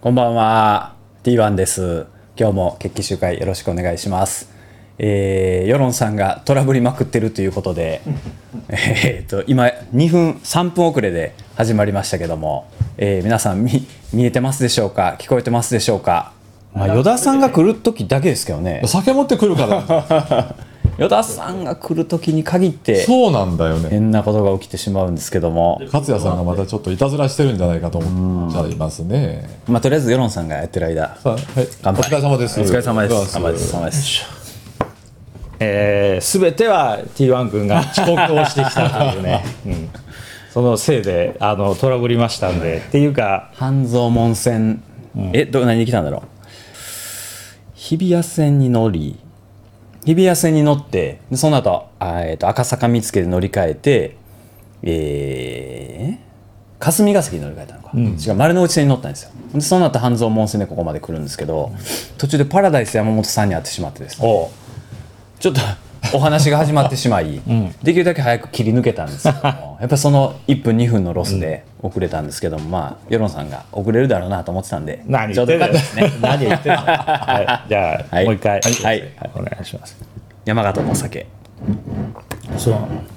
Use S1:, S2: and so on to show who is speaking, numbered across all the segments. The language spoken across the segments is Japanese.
S1: こんばんは T1 です今日も決起集会よろしくお願いしますえー、世論さんがトラブりまくってるということで えーと今2分3分遅れで始まりましたけども、えー皆さん見見えてますでしょうか聞こえてますでしょうかまあ、与田さんが来る時だけですけどね
S2: 酒持ってく るから
S1: 与田さんが来る時に限って
S2: そうなんだよね
S1: 変なことが起きてしまうんですけども、
S2: 勝也さんがまたちょっといたずらしてるんじゃないかと思っちゃいますね
S1: まあ、とりあえず世論さんがやってる間
S2: さあはい
S1: 乾杯
S2: お疲れ様です
S1: お疲れ様です
S2: お
S1: お疲
S2: 疲
S1: れ
S2: れ様です
S1: 様です
S3: えー、全ては T1 君が遅刻をしてきたという ね、うん、そのせいであのトラブりましたんでっていうか
S1: 半蔵門線、えど何で来たんだろう日比谷線に乗り日比谷線に乗ってでその後あ、えー、と赤坂見附で乗り換えてえー霞が関に乗り換えたのか、違う丸の内線に乗ったんですよでその後半蔵門線でここまで来るんですけど途中でパラダイス山本さんに会ってしまってですね
S3: おう
S1: ちょっとお話が始まってしまい、できるだけ早く切り抜けたんですけどもやっぱその1分2分のロスで遅れたんですけども、まあ世論さんが遅れるだろうなと思ってたんで
S3: 何
S1: ちょ
S3: 言
S1: う
S3: っ
S1: ど
S3: て
S1: よか
S3: んだ
S1: った
S3: よ
S1: ですね
S3: 何言ってんだよ、はい、じゃあ、
S1: はい
S3: もう一回、
S1: はい
S3: お願いします
S1: 山形のお酒
S3: そう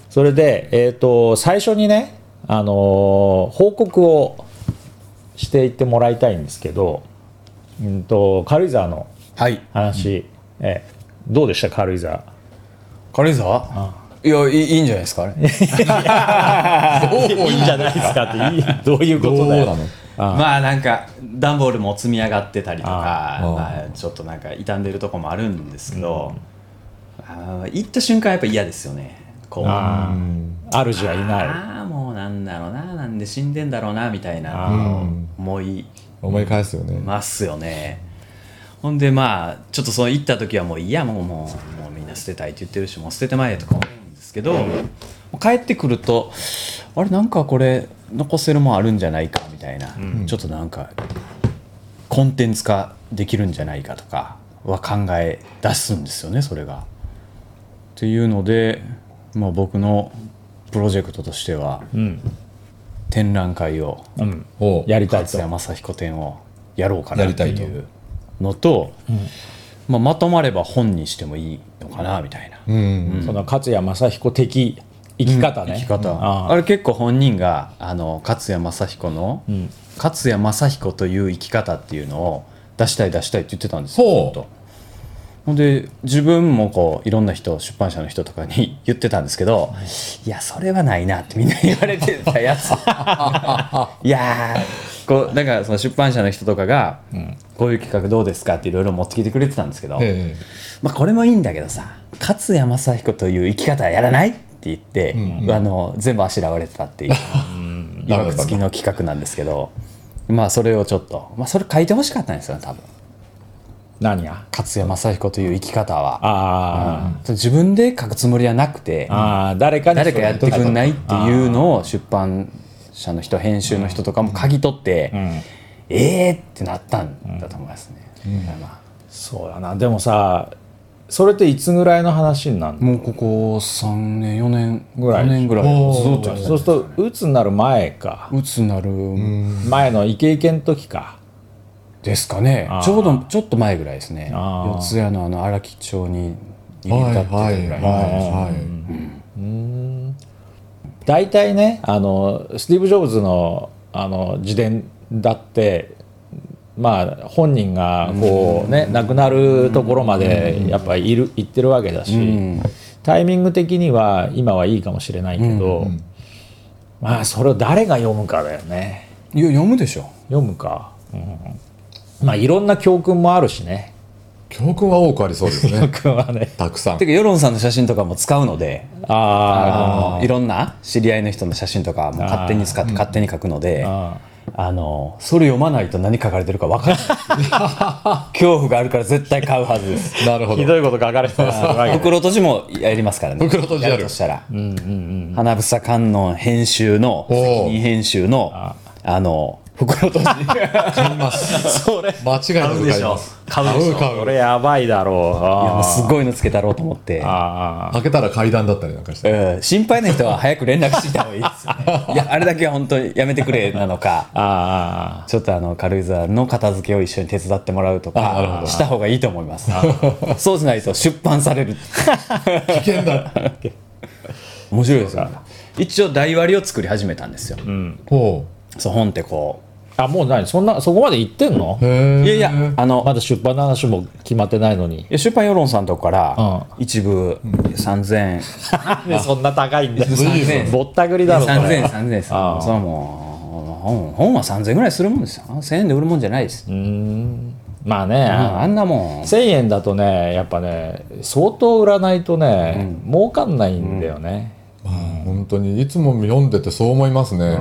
S3: それで、えー、と最初にね、あのー報告をしていってもらいたいんですけど、うん、と軽井沢の
S1: はい
S3: 話、えーどうでした軽井沢
S1: 軽井沢いやいいいいんじゃないですかあれ
S3: いいんじゃないですかっていいどういうこ
S2: ど
S3: と
S2: う
S3: だ
S2: な
S3: よ
S2: の
S1: まあなんか段ボールも積み上がってたりとか
S2: あー
S1: まあ、ちょっとなんか傷んでるとこもあるんですけど、あー行った瞬間やっぱ嫌ですよねこう
S3: ああ主はいな
S1: ああもうなんだろうななんで死んでんだろうなみたいなのを思い
S2: 思い返すよね
S1: ますよねほんでまあちょっとその行った時はもういやもうもうもうみんな捨てたいって言ってるしもう捨ててまえとか思うんですけど、帰ってくるとあれなんかこれ残せるもんあるんじゃないかみたいな、ちょっとなんかコンテンツ化できるんじゃないかとかは考え出すんですよねそれが。っていうので、まあ、僕のプロジェクトとしては、展覧会を
S3: い、うん、
S2: おう
S3: やりたいと
S1: 勝谷正彦展をやろうかな
S2: やり
S1: って
S2: たいと
S1: いうのとまあ、まとまれば本にしてもいいのかなみたいな、
S2: うん
S3: その勝谷正彦的生き方ね、
S1: 生き方、
S3: うん
S1: あ
S3: あ
S1: れ結構本人があの勝谷正彦の、勝谷正彦という生き方っていうのを出したい出したいって言ってたんですよ
S2: ほう
S1: ずっとほんで自分もこういろんな人出版社の人とかに 言ってたんですけどいやそれはないなってみんな言われてたやついやーこうなんかその出版社の人とかが、こういう企画どうですかっていろいろ持ってきてくれてたんですけど、
S2: え
S1: まあ、これもいいんだけどさ勝山正彦という生き方はやらないって言って、あの全部あしらわれてたっていう いわくつきの企画なんですけどまあそれをちょっと、まあ、それ書いてほしかったんですよね多分
S3: 何が
S1: 勝山正彦という生き方は、
S3: あ
S1: うん自分で書くつもりはなくて
S3: ー、あー誰かに
S1: 誰かやってくんないいっていうのを出版社の人編集の人とかも嗅ぎ取って、えーってなったんだと思いますね、ま
S3: そうやなでもさそれっていつぐらいの話になる
S1: あ
S3: の
S1: もうここ3年4年
S3: ぐらい
S1: 5年ぐらい
S2: おー
S1: ずっとやって
S3: そうすると鬱になる前か、
S1: うつなるん
S3: 前のイケイケの時か
S1: ですかね、
S3: あー
S1: ちょうどちょっと前ぐらいですね
S3: あー
S1: 四ツ谷のあの荒木町に
S2: えは
S1: 入
S2: い
S1: り立っ
S2: はい
S1: てたぐらい、
S2: はいはい
S3: 大体ねあのスティーブ・ジョブズのあの自伝だってまあ本人がこうね、亡くなるところまでやっぱいる行ってるわけだし、タイミング的には今はいいかもしれないけど、まあそれを誰が読むかだよね
S1: いや読むでしょ
S3: 読むか、うんまあいろんな教訓もあるしね
S2: 教訓は多くありそうです ね
S3: 僕はね
S2: たくさん
S1: てか世論さんの写真とかも使うので
S3: あ
S1: あのいろんな知り合いの人の写真とかも勝手に使って勝手に書くのであのそれ読まないと何書かれてるか分からない恐怖があるから絶対買うはずです
S2: なるほ
S3: あひ
S2: ど
S3: どいこと書かれてますよ
S1: 袋閉じもやりますからね
S2: 袋閉じある
S1: やるとしたら「花房観音」編集の
S2: おー
S1: 責任編集のあの
S3: 袋とじ
S2: 買います
S3: それ
S2: 間違いな
S1: 買う
S2: く
S1: で
S2: 買
S1: し
S2: い
S1: ょ
S2: ます
S1: 買うでしょ
S2: 買う
S3: こ
S2: 買う
S3: れやばいだろ
S1: い
S3: う
S1: やも
S3: あ
S1: う
S3: ー
S1: すごいのつけたろうと思って、
S3: あー
S2: 開けたら階段だったりなんかして
S1: うん、心配な人は早く連絡してきた方がいいですよねいやあれだけは本当にやめてくれなのか
S3: あー
S1: ちょっとあの軽井沢の片付けを一緒に手伝ってもらうと
S2: あなるほ
S1: か
S2: ど
S1: した方がいいと思いますそうしないと出版される
S2: 危険だ
S1: 面白いですよ一応台割りを作り始めたんですよ、
S2: ほ
S1: そう本ってこ
S3: あもう何そんなそこまで行ってんの
S2: うへ
S1: う
S2: え
S1: いやいやあの、
S3: まだ出版の話も決まってないのに
S1: いや出版世論さんとこから一部3000
S3: なんでそんな高いんだよ
S1: 随分
S3: ぼったくりだろ
S1: 3000
S3: それ
S1: 円3000円そ
S3: ああ
S1: うもう本本は3000円ぐらいするもんですよ1000円で売るもんじゃないです、うん
S3: まあね
S1: あんなもん
S3: 1000円だとねやっぱね相当売らないとね、儲かんないんだよね、
S2: 本当にいつも読んでてそう思いますね、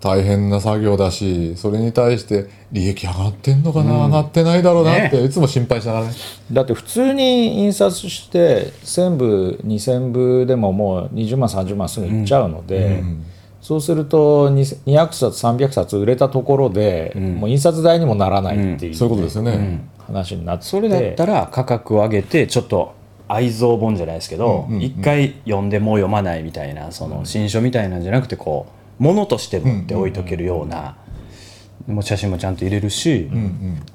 S2: 大変な作業だしそれに対して利益上がってんのかな、上がってないだろうなっていつも心配しながらね
S3: だって普通に印刷して1000部2000部でももう20万30万すぐいっちゃうので、そうすると2000 200冊300冊売れたところで、もう印刷代にもならないっていう,、
S2: そういうことですよね、
S3: 話になって
S1: それだったら価格を上げてちょっと愛蔵本じゃないですけど一、回読んでもう読まないみたいなその新書みたいなんじゃなくてこう物として持って置いとけるような、もう写真もちゃんと入れるし、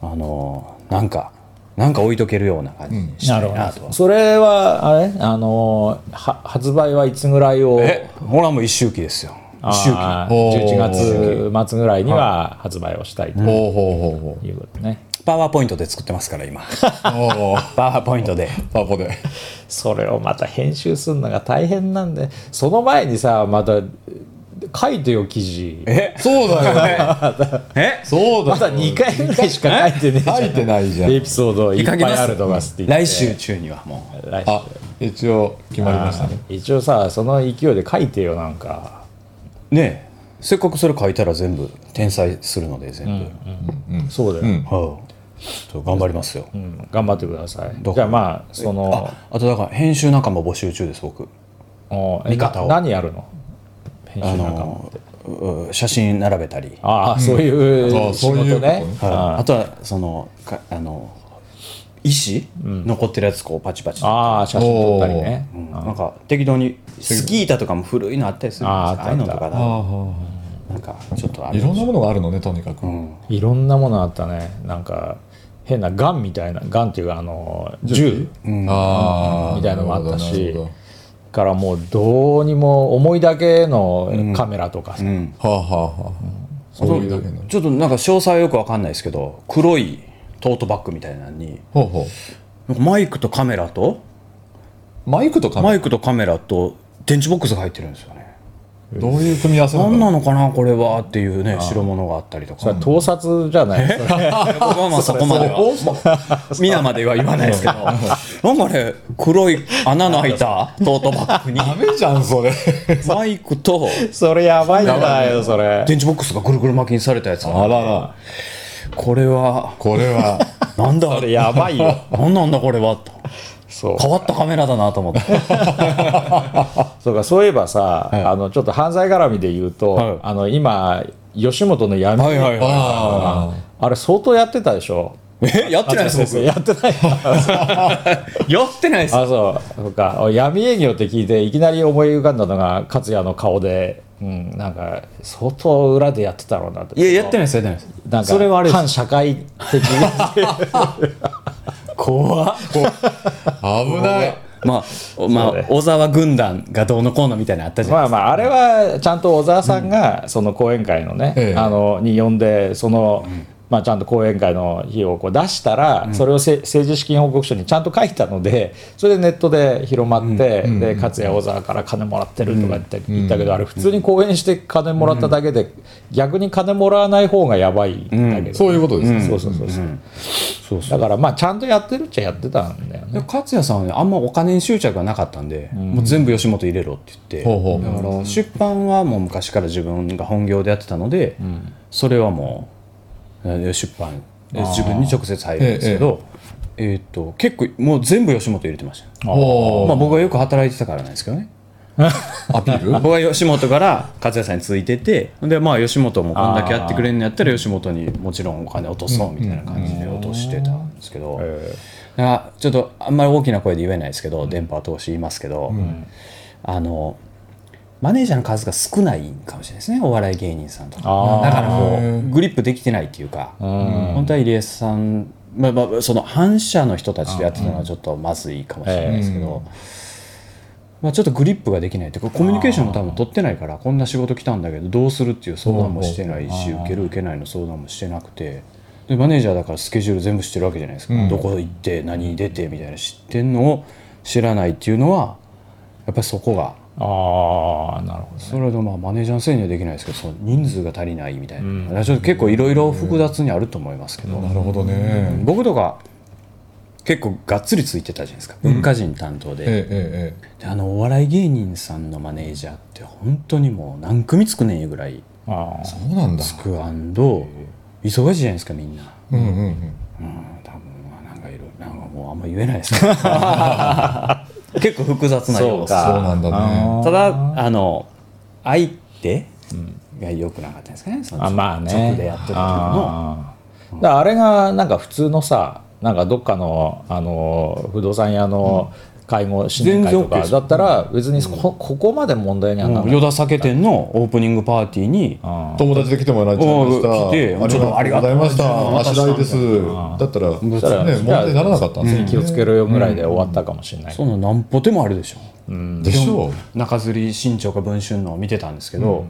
S1: あのなんかなんか置いとけるような感じにしたいなと、
S3: それはあれあのは発売はいつぐらいを
S1: えほらもう一周期ですよ一周期
S3: あー
S2: おー
S3: 11月末ぐらいには発売をしたいと
S2: ほうほうほ
S3: いうことね、
S1: パワーポイントで作ってますから今
S2: うほうおー
S1: パワーポイントで
S2: パコで
S3: それをまた編集するのが大変なんでその前にさまた書いてよ記事
S1: え
S2: そうだよね
S1: え
S2: そう
S3: ま
S2: だ
S3: だ
S2: よ
S3: 2回ぐらいしか書いてねえじゃん
S2: 書いてないじゃん
S3: エピソードいっぱいあるとかっつって言って
S1: 来週中にはもう
S3: 来週
S2: あ一応決まりましたね
S3: 一応さその勢いで書いてよなんか
S1: ねえせっかくそれ書いたら全部転載するので全部、
S3: そうだよ、
S1: はい、そう頑張りますよ、
S3: うん頑張ってくださいじゃあまあその
S1: あとだから編集仲間募集中です僕
S3: おえ
S1: 見方を
S3: な何やるの編集
S1: あ
S3: 仲間
S1: のう写真並べたりあ
S3: ああそうい
S2: あ
S3: う仕
S2: そういう
S3: 事
S2: ことね
S3: ね
S1: あとはそのかあの石、残ってるやつこうパチパチ
S3: ああ写真撮ったりね
S1: うんなんか適当にスキー板とかも古いのあったりするんですよ
S3: あーあった
S1: ああいうのとかだ
S2: あー
S1: な
S2: は
S1: なんかちょっとあ
S2: ーい
S1: れ
S2: ろんなものがあるのねとにかく、
S3: いろんなものあったねなんか変なガンみたいなガンっていうかあの銃
S2: ああ
S3: みたいなのもあったし
S2: なるほどなる
S3: からもうどうにも思いだけのカメラとかさ、
S2: ほどはあはあはあそういうだけの
S1: ちょっとなんか詳細はよくわかんないですけど黒いトートバッグみたいなのに
S2: ほうほ
S1: なんかマイクとカメラと
S2: うマイクとか
S1: マイクとカメラと電池ボックスが入ってるんですよね
S2: どういう組み合わせ
S1: 何
S2: だろう
S1: なのかなこれはっていうね白物があったりとか
S3: それは盗撮じゃないそれ
S1: 僕はまあそこまではま皆までは言わないですけどなんかね黒い穴の開いたトートバッグに
S2: ダメじゃんそれ
S1: マイクと
S3: それ やばいんだよそれ
S1: 電池ボックスがぐるぐる巻きにされたやつ
S2: あらら
S1: これは
S2: これは
S1: なんだ
S3: それやばいよ
S1: 何なんだこれはと
S3: そう
S1: 変わったカメラだなと思って
S3: そうかそういえばさ、あのちょっと犯罪絡みで言うと、
S1: はい
S3: あの今吉本の闇、
S1: はいはいは
S2: あ
S3: あれ相当やってたでしょ
S1: いえやってないです僕
S3: やってない
S1: やってないです
S3: あそうそうか闇営業って聞いていきなり思い浮かんだのが勝也の顔で、うん、なんか相当裏でやってたろうなって
S1: いややってないですやってないです
S3: なんか
S1: それはあれです
S3: 反社会的
S1: 怖っ
S2: あ危ない
S1: まあまあ小沢軍団がどうのこうのみたいなのあったじゃん
S3: まあまああれはちゃんと小沢さんがその講演会のね、
S2: ええ
S3: あのに呼んでその、まあ、ちゃんと講演会の費用をこう出したら、それをせ政治資金報告書にちゃんと書いたのでそれでネットで広まって、で勝也小沢から金もらってるとか言って、言ったけどあれ普通に講演して金もらっただけで、逆に金もらわない方がやばいんだけ ど、
S2: そういうことですね、
S3: そうそうそうそう
S1: そうそう
S3: だからまあちゃんとやってるっちゃやってたんだよね
S1: で勝也さんはねあんまお金に執着がなかったんで、もう全部吉本入れろって言って、
S2: ほうほう
S1: だから出版はもう昔から自分が本業でやってたので、それはもうえ出版え自分に直接入るんですけど、えーっと結構もう全部吉本入れてました、
S2: お
S1: まあ、僕がよく働いてたからなんですけどね
S2: アピール
S1: 僕は吉本から勝也さんについててでまあ吉本もこんだけやってくれるのやったら吉本にもちろんお金落とそうみたいな感じで落としてたんですけど、
S3: え
S1: だからちょっとあんまり大きな声で言えないですけど、電波投資言いますけど、あのマネージャーの数が少ないかもしれないですねお笑い芸人さんとか
S3: あー
S1: だからこ
S2: へ
S1: う
S2: ー
S1: グリップできてないっていうか、
S3: ん
S1: 本当は入江さん、まあまあ、その反社の人たちでやってたのはちょっとまずいかもしれないですけど、まあ、ちょっとグリップができないっていうかコミュニケーションも多分取ってないからこんな仕事来たんだけどどうするっていう相談もしてないし受ける受けないの相談もしてなくてでマネージャーだからスケジュール全部知ってるわけじゃないですか、どこ行って何に出てみたいな知ってんのを知らないっていうのはやっぱりそこが。
S3: ああなるほど
S1: それでまあマネージャーのせいにはできないですけどその人数が足りないみたいな、だからちょっと結構いろいろ複雑にあると思いますけど、
S2: なるほどね
S1: 僕とか結構がっつりついてたじゃないですか文化人担当で,、
S2: ええええ
S1: であのお笑い芸人さんのマネージャーって本当にもう何組つくねんいうぐらい
S3: あー
S2: そうなんだ
S1: つくアンド忙しいじゃないですかみんな、
S2: うんうんうん
S1: うん、多分まあなんかいろなんかもうあんま言えない ですけど結構複雑なようです
S3: そうか
S2: そうなんだね
S1: ただあの相手が良くなかったんですかねその
S3: あまあね
S1: 直でやってた時の
S3: あーだからあれがなんか普通のさなんかどっかのあの不動産屋の会合新年会と
S1: 全然 OK
S3: か
S1: です
S3: だったら別にこ,、ここまで問題にはなら
S1: もう
S3: ない、
S1: 与田酒店のオープニングパーティーに
S3: あー
S2: 友達で来てもらっちゃいました
S1: おう来て
S2: ありがとうありがとうございましたあしらいですだったら
S3: そしたら
S2: ね問題にならなかったんですよね
S3: 気をつけろよぐらいで終わったかもしれない、
S1: そんな何歩でもあるでしょ
S2: でしょう
S1: 中吊り新潮か文春のを見てたんですけど、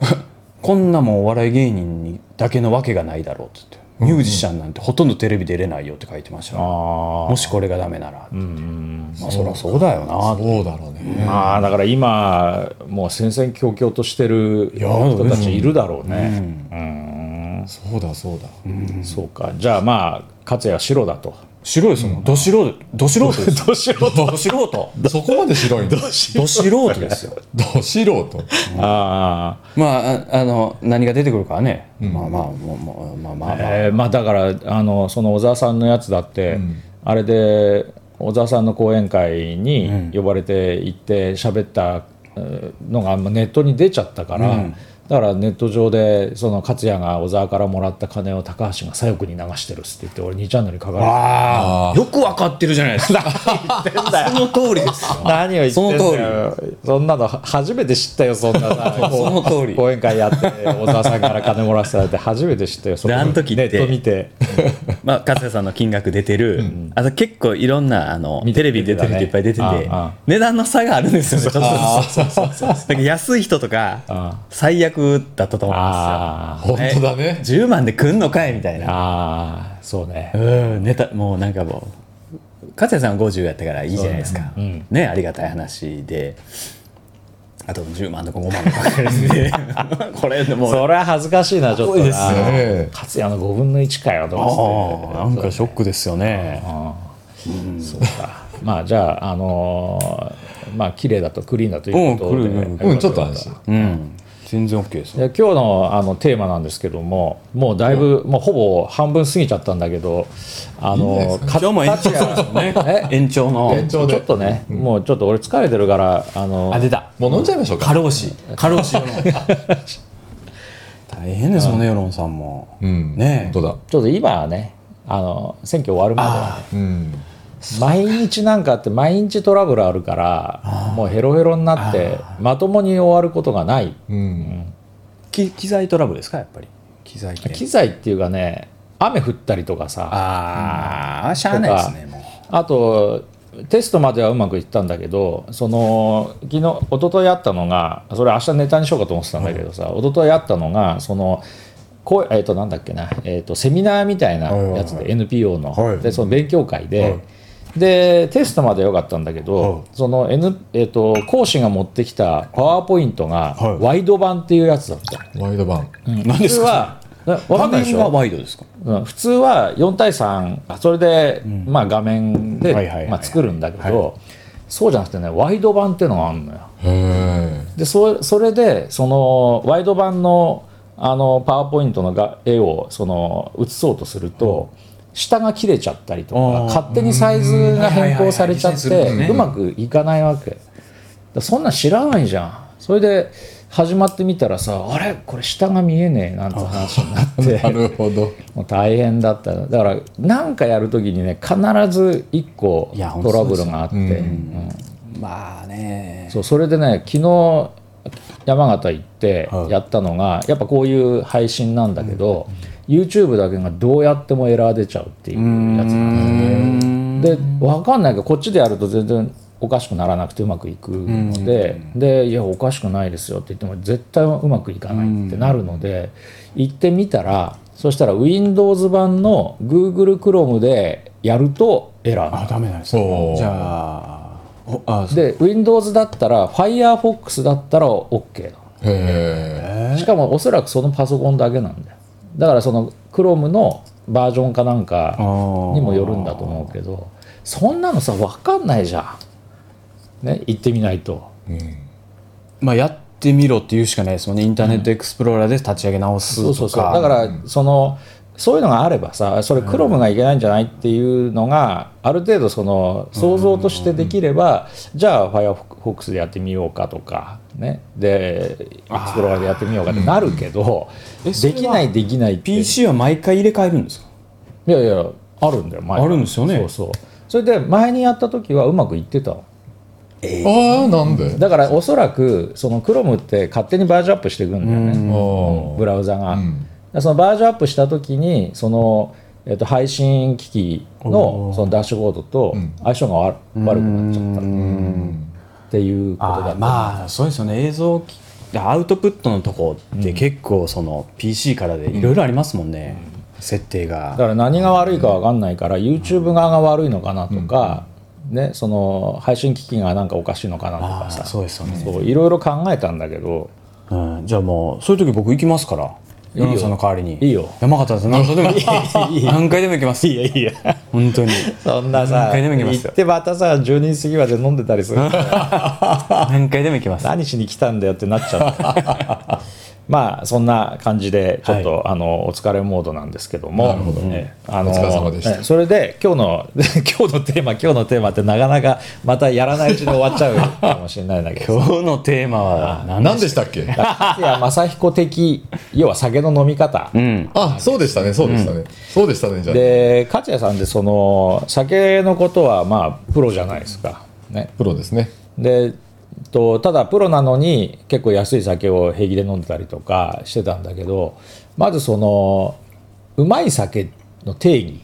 S1: こんなもんお笑い芸人にだけのわけがないだろうって言って、ミュージシャンなんてほとんどテレビ出れないよって書いてましたよ
S3: あ
S1: もしこれがダメならって言って、まあそりゃそうだよなって
S2: そうだろうね
S3: ああだから今もう戦々恐々としてる人たちいるだろうねうん
S2: そうだそうだ
S3: そうかじゃあまあ勝也は白だと
S1: 白いですもんど素人 ど素人ですよ
S3: ど白
S1: ど素人
S2: そこまで白いん だ
S1: ど素人です よ
S2: ど素人
S3: ああ
S1: まあああの何が出てくるかはね、まあまあもうもうまあまあまあ、
S3: えーまあだからあのその小沢さんのやつだって、あれで小沢さんの講演会に呼ばれて行って喋ったえーのがまあネットに出ちゃったから、だからネット上でその勝也が小沢からもらった金を高橋が左翼に流してるっつって言って俺2チャンネルに書かれて
S1: ああよくわかってるじゃないです かその通りですよ
S3: 何を言ってんだよそんなの初めて知ったよそんな さ
S1: その通り
S3: 講演会やって小沢さんから金もらせられて初めて知ったよそ
S1: であの時って
S3: ネット見て
S1: まあ、勝谷さんの金額出てる、あと結構いろんなあの
S3: 見て
S1: テレビ出てる人いっぱい出てて、
S3: 見てたねああああ
S1: 値段の差があるんですよねちょっとずつだから安い人と
S3: あ
S1: か最悪だったと思うん
S3: あ
S2: 本当だね
S1: ですよ10万で来んのかいみたい
S3: あ
S1: な
S3: ああそうね
S1: うんネタもうなんかもう勝谷さんは50やったからいいじゃないですか、ねありがたい話であと10万とか5万とかかかるん でこれでもう
S3: それは恥ずかしいなちょ
S1: す
S3: っとな
S1: ごいですね
S2: ええ
S3: 勝也の5分の1かよと思って
S1: ああなんかショックですよね
S3: まあじゃああのーまあ綺麗だとクリーンだということで、
S1: うんクリーン
S2: うんちょっと安心
S1: うん全然 OK です
S3: で今日のあのテーマなんですけどももうだいぶ、もうほぼ半分過ぎちゃったんだけどあの
S1: 今日も延長ですよね延長の
S2: 延
S3: ちょ
S2: 長で
S3: っとね、もうちょっと俺疲れてるからあの
S1: あ出た
S2: もう飲んじゃいましょう
S1: 過
S2: か
S1: 労死過労死世の中 大変ですもんね世論さんも
S2: うん
S1: ねえ
S2: 本当だ
S3: ちょっと今はねあの選挙終わるまではね
S2: うん
S3: 毎日なんかあって毎日トラブルあるからもうヘロヘロになってまともに終わることがない
S2: うん
S1: き機材トラブルですかやっぱり機材系
S3: 機材っていうかね雨降ったりとかさ
S1: ああしゃあないですねも
S3: あとテストまではうまくいったんだけどその昨日一昨日あったのがそれ明日ネタにしようかと思ってたんだけどさ、一昨日あったのがそのこうえっ、となんだっけな、えっとセミナーみたいなやつで、NPO の、
S1: はい
S3: でその勉強会で、でテストまではよかったんだけど、
S1: はい
S3: その、N えっと講師が持ってきたパワーポイントが
S1: はい
S3: ワイド版っていうやつだった、
S2: ワイド版
S1: う何です
S3: 普通
S1: か
S3: はなわかんないでしょ
S1: 画面がワイドですか
S3: うん普通は4対3それで、まあ、画面で、
S1: はいはいはいはい
S3: まあ、作るんだけど、そうじゃなくてねワイド版っていうのがあるのよ
S2: へえ
S3: でそそれでそのワイド版のあのパワーポイントのが絵をその写そうとすると、下が切れちゃったりとか
S1: あー
S3: 勝手にサイズが変更されちゃっ
S1: うんはいはいはい
S3: てうまくいかないわけだそんなん知らないじゃんそれで始まってみたらさあれこれ下が見えねえなんて話になっ
S2: な
S3: て
S2: るほど
S3: もう大変だっただから何かやる時にね必ず1個
S1: いや本当
S3: トラブルがあって
S2: そうですようん
S3: うん
S1: まあね
S3: そうそれでね昨日山形行って
S1: はい
S3: やったのが、やっぱこういう配信なんだけど、YouTube だけがどうやってもエラー出ちゃうっていうやつなんですねで分かんないけどこっちでやると全然おかしくならなくてうまくいくので、で「いやおかしくないですよ」って言っても絶対うまくいかないってなるので、行ってみたらそしたら Windows 版の Google Chrome でやるとエラーになる
S1: あダメなんです
S2: そう
S1: じゃあおあそう
S3: で Windows だったら Firefox だったら OK な
S2: へえ
S3: のしかもおそらくそのパソコンだけなんだよだからその Chrome のバージョンかなんかにもよるんだと思うけどそんなのさ分かんないじゃんね行ってみないと
S1: まあやってみろって言うしかないですもんねインターネットエクスプローラーで立ち上げ直すと
S3: そ
S1: か
S3: うそうそうだからそのそういうのがあればさそれ Chrome がいけないんじゃないっていうのがある程度その想像としてできればじゃあ Firefox でやってみようかとかねで Explorer でやってみようかってなるけど
S1: えそれ
S3: で
S1: は
S3: きないできないってい
S1: PC は毎回入れ替えるんですか
S3: やいやあるんだよ前
S1: あるんですよね
S3: そうそうそれで前にやった時はうまくいってたの
S2: ああなんで
S3: だからおそらくその Chrome って勝手にバージョンアップしていくんだよね
S2: あ
S3: ブラウザが、
S2: ん
S3: だからそのバージョンアップした時にその、えっと配信機器のそのダッシュボードと相性が悪悪くなっちゃったっていうことだ
S1: あ
S3: った
S1: まあそうですよね映像機アウトプットのとこって結構その PC からでいろいろありますもんね、設定
S3: だ
S1: が
S3: から何が悪いか分かんないから YouTube 側が悪いのかなとか、ね、その配信機器がなんかおかしいのかなとか
S1: あ
S3: さ
S1: そうですよね
S3: そういろいろ考えたんだけど
S1: うん、じゃあもうそういう時僕行きますから
S3: よ
S1: 山本さんの代わりに
S3: いいよ
S1: 山形です何回でも何回でも行きますいやいや本当に
S3: そんな
S1: 何
S3: さ
S1: 回でも行きます
S3: 行
S1: よ
S3: ってまたさ12時過ぎまで飲んでたりするから
S1: 何回でも行きます
S3: 何しに来たんだよってなっちゃう まあそんな感じでちょっと、あのお疲れモードなんですけども
S2: なるほど
S3: ええあの
S2: お疲れ様でした
S3: ええそれで今日の 今日のテーマ今日のテーマってなかなかまたやらないうちに終わっちゃうかもしれないんだけど
S1: 今日のテーマは何
S2: 何でしたっけ
S3: 勝谷正彦的要は酒の飲み方、
S1: うん
S2: あそうでしたねそうでしたねそうでしたねじゃあ
S3: で勝谷さんってその酒のことはまあプロじゃないですかね
S2: プロですね
S3: でとただプロなのに結構安い酒を平気で飲んでたりとかしてたんだけどまずそのうまい酒の定義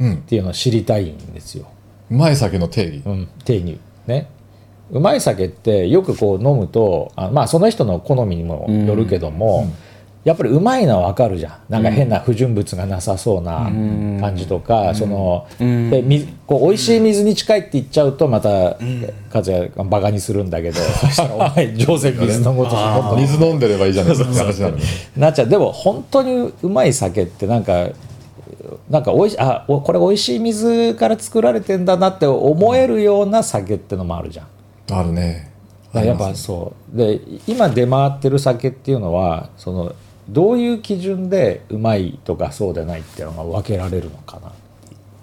S2: うん
S3: っていうのを知りたいんですよ、
S2: うまい酒の定義
S3: うん、定義ねうまい酒ってよくこう飲むとあまあその人の好みにもよるけども、やっぱりうまいのはわかるじゃんなんか変な不純物がなさそうな感じとか、その、で水こう美味しい水に近いって言っちゃうとまた、和也がバカにするんだけ ど、そしたらお前上手に水飲もうとしてもっと
S2: 水飲んでればいいじゃないですか話なのに
S3: なっちゃうでも本当にうまい酒ってなんかなんかおいしあおこれ美味しい水から作られてんだなって思えるような酒ってのもあるじゃん。
S2: あるね
S3: だからやっぱそうで今出回ってる酒っていうのはそのどういう基準でうまいとかそうでないっていうのが分けられるのかな。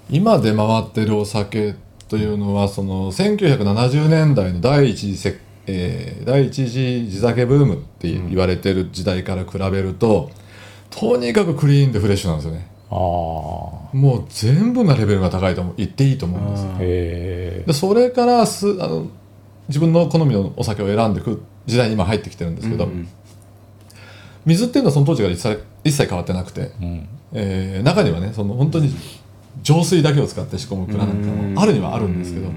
S2: 今出回ってるお酒というのはその1970年代の第一次世、えー第一次地酒ブームって言われてる時代から比べると、とにかくクリーンでフレッシュなんですよね
S3: あ
S2: もう全部のレベルが高いと思う言っていいと思うんです、
S3: ーへえ
S2: でそれからすあの自分の好みのお酒を選んでいく時代に今入ってきてるんですけど、水っていうのはその当時から一切一切変わってなくて、えー中にはねその本当に浄水だけを使って仕込む蔵なんかもあるにはあるんですけど、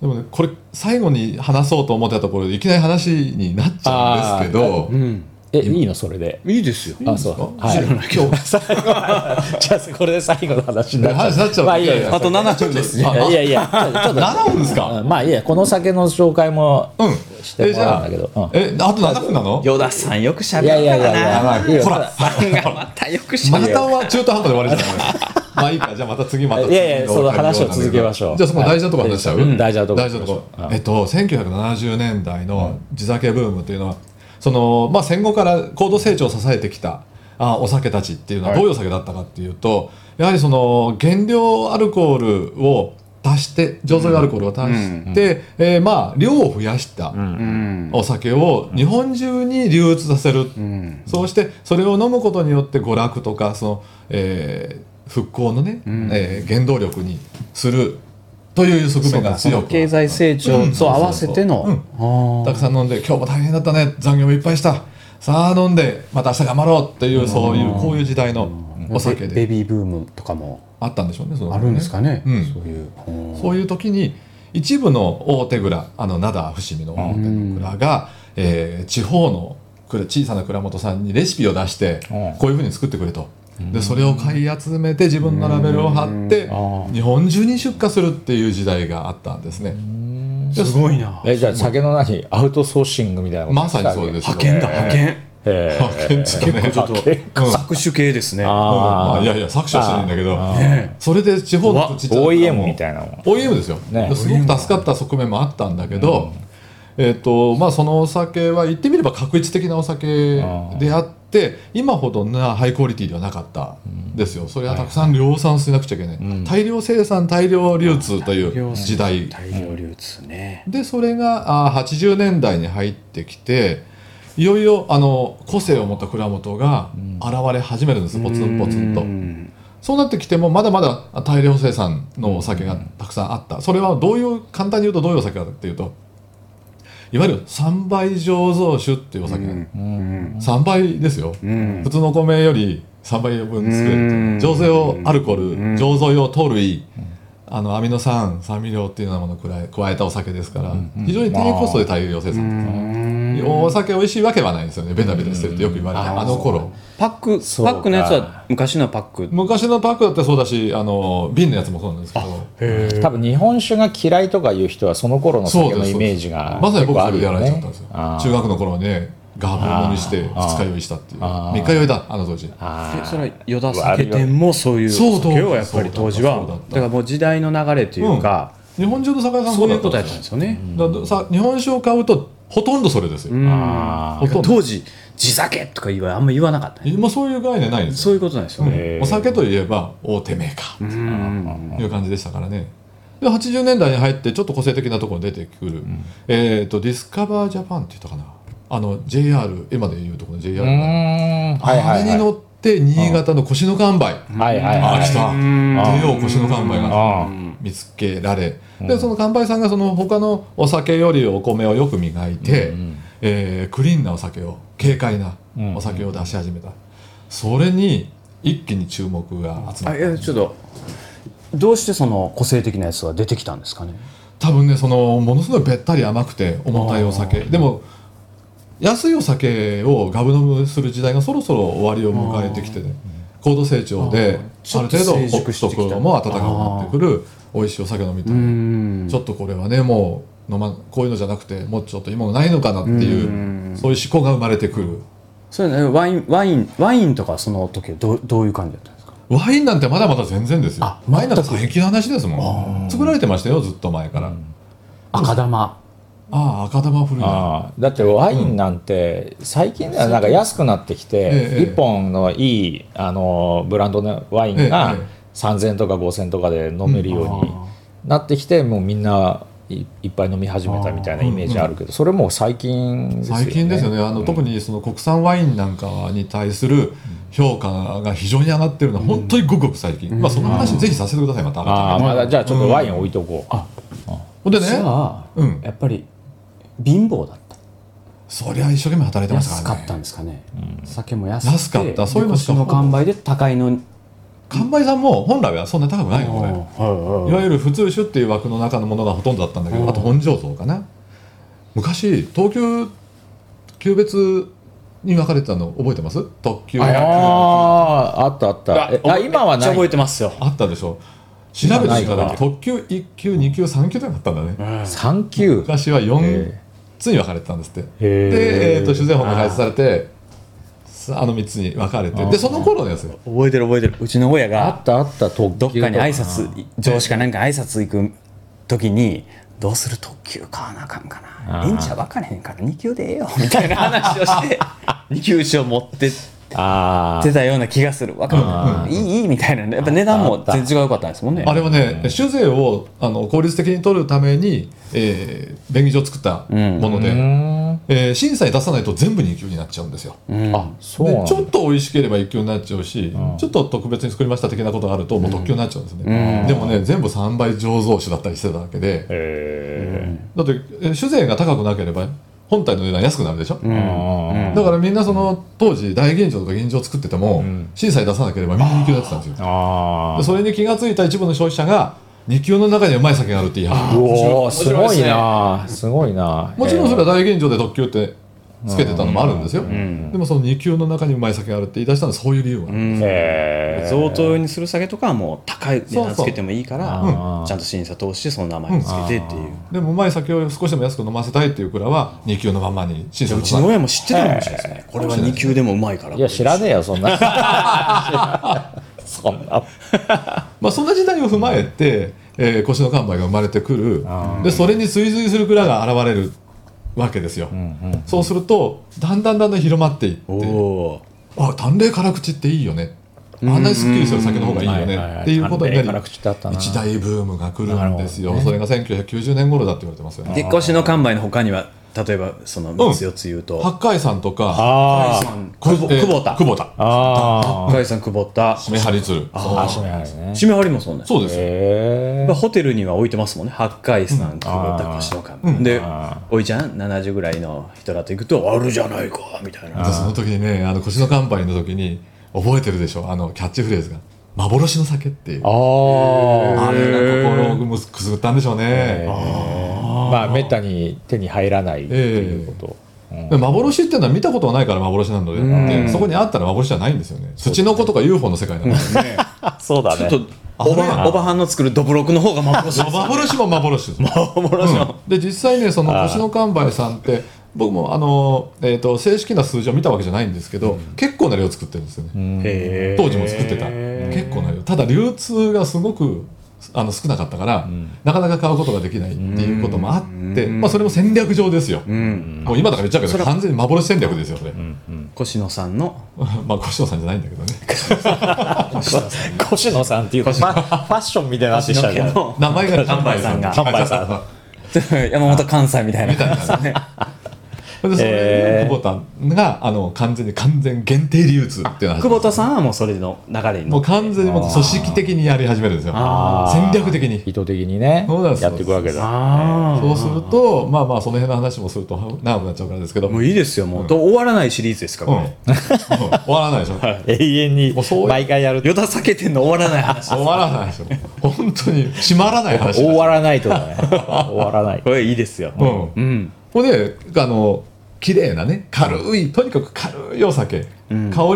S2: でもねこれ最後に話そうと思ってたところでいきなり話になっちゃうんですけど
S1: うん
S3: えいいのそれで。
S1: いいですよ
S3: あそうはい
S2: 知らないけど
S3: 最後のじゃあこれで最後の話になっちゃう。
S2: 話になっちゃう
S3: まあいいやい
S2: いやい
S3: や
S2: や
S1: あと7分ですね
S2: あ
S3: いやいや、ちょちょっと
S2: 習うんですか、
S3: うんまあいいや、この酒の紹介も
S2: うん
S3: して
S2: え
S3: も
S2: じゃ
S3: らうん
S2: あ
S3: だけど。うん
S2: えあと7分なの
S1: 与田さんよくしゃ
S3: い
S1: べ
S3: やいやいやい
S2: やば
S3: や、
S2: い
S3: いいよ
S2: ほら
S3: ほら。
S1: またよくし
S2: または中途半端で終わりじゃない まあいいかじゃあまた次また次
S3: いやいやその話を続けましょう
S2: じゃあその大事なとこ話しちゃう、
S3: うん大事なとこ
S2: 大事なとこ、
S3: はい
S2: えっと1970年代の地酒ブームというのは、そのまあ戦後から高度成長を支えてきたあお酒たちっていうのはどういうお酒だったかっていうと、やはりその原料アルコールを足して醸造用アルコールを足して、えーまあ量を増やした
S1: うん
S2: お酒を日本中に流通させる、
S1: うん
S2: そうしてそれを飲むことによって娯楽とかその、えー復興のね、えー原動力にするという側面が
S1: そ
S2: 強
S1: の
S2: く
S1: 経済成長と合わせての、あ
S2: たくさん飲んで今日も大変だったね残業もいっぱいしたさあ飲んでまた明日頑張ろうっていうそういうこういう時代の
S1: ー
S2: お酒
S1: ベ
S2: で
S1: ベビーブームとかも
S2: あったんでしょうねその
S1: あるんですかね、
S2: うん
S1: そういう、うん
S2: そういう時に一部の大手蔵あの灘伏見の大手の蔵が、えー地方の蔵小さな蔵元さんにレシピを出して
S3: うん
S2: こういうふうに作ってくれと。でそれを買い集めて自分のラベルを貼って
S3: うんあ
S2: 日本中に出荷するっていう時代があったんですね。
S1: すごいな
S3: えじゃあ酒の何アウトソーシングみたいなこと
S2: まさにそうですすよ
S1: 派遣だ派遣、
S3: えー
S2: 派遣ちょっとね
S1: 結構ちょっと搾取系ですね、
S3: あ
S2: まあ
S3: ー
S2: いやいや搾取はしてないんだけど
S1: ね
S2: それで地方のちっちゃな
S3: OEM みたいなもん
S2: OEM ですよ、
S3: ね
S2: すごく助かった側面もあったんだけど、えーとまあ、そのお酒は言ってみれば画一的なお酒であって今ほどなハイクオリティではなかったですよそれはたくさん量産しなくちゃいけない、大量生産大量流通という時代
S1: 大量流通ね、
S2: でそれがあー80年代に入ってきていよいよあの個性を持った蔵元が現れ始めるんです、ポツンポツンと。
S1: うん
S2: そうなってきてもまだまだ大量生産のお酒がたくさんあったそれはどういう簡単に言うとどういうお酒かっていうといわゆる3倍醸造酒っていうお酒、3倍ですよ、普通のお米より3倍分作れると
S1: うん
S2: 醸造用アルコール、醸造用糖類、あのアミノ酸酸味料っていうようなものを加え加えたお酒ですから、非常に低コストで大量生産、お酒美味しいわけはないんですよねベタベタしてるってよく言われて、あの頃。
S1: パック
S3: そうか
S1: パックのやつは昔のパック
S2: 昔のパックだってそうだしあの瓶のやつもそうなんですけど
S3: 多分日本酒が嫌いとかいう人はその頃の
S2: そう
S3: 酒
S2: です
S3: のイメージが
S2: まさに
S3: 結
S2: 僕
S3: 構あ
S2: それ
S3: る
S2: でや
S3: よ
S2: られちゃったん
S3: ね
S2: ですよ
S3: あ
S2: 中学の頃ねガブ飲みして二日酔いしたっていう
S3: あー
S2: 三日酔いだあの当時
S3: あ
S1: でそれは与田酒店もそういう
S2: そう
S1: 酒をやっ
S2: そ
S1: ぱ
S2: う
S1: り当時は
S2: そうだ
S1: だ
S2: った
S1: からもう時代の流れというか、
S2: 日本中の酒屋さん
S1: そういうことやったん
S2: ん
S1: で
S2: です
S1: よね、
S2: よださ日本酒を買うとほとんどそれですよ、
S1: うん
S3: あ
S2: ほとんど
S1: 当時地酒とか言わあんま言わなかったね
S2: 今そういう概念ないんです
S1: そういうことなんですよね、
S2: よお酒といえば大手メーカーいう感じでしたからね。で80年代に入ってちょっと個性的なところが出てくる、えっ、とディスカバージャパンって言ったかなあの JR 今でいうとこの JR
S3: うー
S2: の
S3: んはい
S2: あ
S3: は
S2: れ
S3: い
S2: に
S3: はい
S2: 乗って新潟の腰の岩杯、
S3: はいはい
S2: あ
S3: は
S2: あ来
S3: い
S2: た出よう腰の岩杯が
S3: うん
S2: 見つけられでその岩杯さんがその他のお酒よりお米をよく磨いて、えークリーンなお酒を軽快なお酒を出し始めた、それに一気に注目が集ま
S1: あ
S2: っ
S1: いやちょっとどうしてその個性的なやつは出てきたんですかね
S2: 多分ねそのものすごいべったり甘くて重たいお酒でも安いお酒をガブ飲みする時代がそろそろ終わりを迎えてきてね高度成長で
S1: ち
S2: あ
S1: ょ
S2: る
S1: っと
S2: 程度
S1: 成熟
S2: 北
S1: してきた
S2: 斗も温かくなってくる美味しいお酒飲みたい
S1: ん
S2: ちょっとこれはねもう飲まこういうのじゃなくてもうちょっと今のないのかなっていうそういう思考が生まれてくる
S1: それねワインワインワインとかその時はどうどういう感じだったんですか
S2: ワインなんてまだまだ全然ですよ
S1: あ
S2: ワインなんて最近の話ですもん作られてましたよずっと前から
S1: 赤玉
S2: ああ赤玉古いな
S3: ああだってワインなんて最近ではなんか安くなってきて
S2: ええ
S3: 1本のいいあのブランドのワインが
S2: ええ
S3: 3000とか5000とかで飲めるようになってきてもうみんないいっぱい飲み始めたみたいなイメージあるけどそれもう最近ですよね
S2: 最近ですよねあの、特にその国産ワインなんかに対する評価が非常に上がってるのは本当にごくごく最近、まあ、その話ぜひさせてくださいまた
S3: ああ
S2: 改めて
S3: まだじゃあちょっとワイン置いとこうあ
S2: ほんで
S1: じゃ
S2: ね
S1: あ、
S2: うん
S1: やっぱり貧乏だった
S2: そりゃ一生懸命働いてまし
S1: 安
S2: た
S1: か
S2: から
S1: ったん
S2: ね
S1: ですかね、酒も安くて
S2: 安かったそういうのし
S1: 昔
S2: か
S1: の完売で高いのに
S2: 完売さんも本来はそんな高くないのねいわ
S1: は
S2: ゆる普通酒っていう枠の中のものがほとんどだったんだけどあと本醸造かな昔東急級別に分かれてたの覚えてます特急
S3: あーあったあったえあ今は
S1: めっちゃ
S3: ない
S1: 覚えてますよ
S2: あったでしょ調べてみたら特急1級2級3級とかあったんだね、
S3: 3級
S2: 昔は4
S3: え
S2: つに分かれてたんですって
S3: へー
S2: で、えー、と修繕法が開発されてさあの3つに分かれてでその頃のやつよ
S1: 覚えてる覚えてるうちの親
S3: あ
S1: が
S3: ったあった特
S1: どっ
S3: 急
S1: かに挨
S3: と
S1: 拶上司かなんか挨拶行く時にどうする特急買わなあかんかなええんちゃ分かれへんから2級でええよみたいな話をして2級一を持ってっ
S3: あ
S1: てたような気がするわかんないいいいいみたいなねやっぱ値段も全然違うかったんですもんね
S2: あれはね、酒税をあの効率的に取るために、えー便宜上作ったもので、
S3: あ
S2: えー審査に出さないと全部に一級になっちゃうんですよ。
S1: うん
S3: あそうな
S2: で
S3: ん
S2: ちょ
S3: だ
S2: っと美味しければ一級になっちゃうし、
S3: うん
S2: ちょっと特別に作りました的なことがあるともう特級になっちゃうんですね、
S1: うん
S2: でもね全部3倍醸造酒だったりしてたわけで
S3: へ
S2: だってえー酒税が高くなければ本体の値段安くなるでしょ、
S1: うん
S3: え
S2: だからみんなその当時大吟醸とか吟醸作ってても、
S3: うん
S2: 審査に出さなければみんな2級になってたんですよ
S3: あ
S2: で
S3: あ
S2: それに気が付いた一部の消費者が2級の中にうまい酒があるって言い張る
S3: うおーすごいなすごいな
S2: もちろんそれ
S3: だ
S2: は大吟醸で特級ってつけてたのもあるんですよ、
S1: ん
S2: でもその2級の中にうまい酒があるって言い出したのはそういう理由がある、
S1: うん
S3: へえ
S1: 贈答用にする酒とかはもう高い値段つけてもいいから
S3: そうそううん
S1: ちゃんと審査通してその名前をつけてっていう
S2: でもうまい酒を少しでも安く飲ませたいっていう蔵は2級のまんまに審査
S1: うちの親も知ってたかもしれないですねこれは2級でもうまいから
S3: いや知らねえよそんなそんな
S2: まあそんな時代を踏まえて、えー、腰の乾杯が生まれてくる
S3: あ
S2: でそれに追随する蔵が現れるわけですよ、
S3: うん
S2: そうするとだんだんだんだん広まっていって
S1: おお
S2: あ淡麗辛口っていいよねあんなにすっきりする酒の方がいいよ
S3: うんはいはいは
S2: ね
S3: い
S2: っていうことになり
S3: 淡麗辛口だったな
S2: 一大ブームが来るんですよ、それが1990年頃だって言われてますよね
S1: で腰の完売の他には例えばその三つ四つ言うと
S2: 八海山とか
S3: あー
S1: 久保
S2: えー
S1: 久保田
S2: 久保田
S3: あ
S1: 深井さん久保田
S2: 締め張り鶴
S3: あ足めあ るね
S1: 締め張りもそうね
S2: そうですよ
S3: へ
S1: やっぱ
S3: え
S1: ホテルには置いてますもんね八海山久保田
S3: あー
S1: 腰の看板で
S3: あ
S1: おいちゃん70ぐらいの人だと行くと「あるじゃないか」みたい
S2: で
S1: な
S2: その時にね、あの、腰の乾杯の時に、覚えてるでしょあの、キャッチフレーズが。幻の酒っていう。
S3: あー
S2: あれが心をむすくすぐったんでしょうね。
S3: まあめったに手に入らないっていうこと、
S2: で幻っていうのは見たことがないから幻なのであって、
S1: うん
S2: そこにあったら幻じゃないんですよね。土の子とか UFO の世界なんで。
S3: そうだ
S1: ちょっと
S2: あ
S1: お
S2: れ
S1: ばおばはんの作るどぶろくの方が幻です
S2: 幻も幻です。
S1: 幻の
S2: うんで、実際ね、その
S3: あー
S2: 腰の乾杯さんって、僕もあの、えっと、正式な数字を見たわけじゃないんですけど、結構な量作ってるんですよね。
S1: へー
S2: 当時も作ってた結構な量ただ流通がすごくあの少なかったから、なかなか買うことができないっていうこともあって、まあ、それも戦略上ですよ、もう今だから言っちゃうけど完全に幻戦略ですよそれ、
S1: 腰野さんの
S2: まあ越野さんじゃないんだけどね
S3: 越野さんっていうとファファッションみたいになってきたけ
S1: 腰野家
S3: ど
S1: の
S2: 名前が
S1: 乾杯さ んが
S2: 乾杯
S3: 乾
S2: さ
S1: 山本関西みたいな感じですね
S2: んでそれ
S3: へ
S2: で久
S3: ー
S2: 保田があの完全に完全限定流通っていうのが
S1: 久保田さんはもうそれの流れに乗
S2: もう
S1: って
S2: 完全にもう組織的にやり始めるんですよ
S1: あ
S2: 戦略的に
S3: 意図的にね
S2: そうなんです
S3: やっていくわけだ
S1: あ
S2: そうするとまあまあその辺の話もすると長くなっちゃうからですけど
S1: もういいですよもう、ど終わらないシリーズですか
S2: うん、
S1: こ
S2: う
S1: れ
S2: ん終わらないでしょ
S3: 永遠に
S2: もうそう
S3: 毎回やる
S1: 与田酒店の終わらない話
S2: 終わらないでしょ本当に閉まらない話
S3: 終わらないとだね終わら ない
S1: これいいですよ、
S2: うん
S1: うん
S2: これであの綺麗なね軽いとにかく軽いお酒、香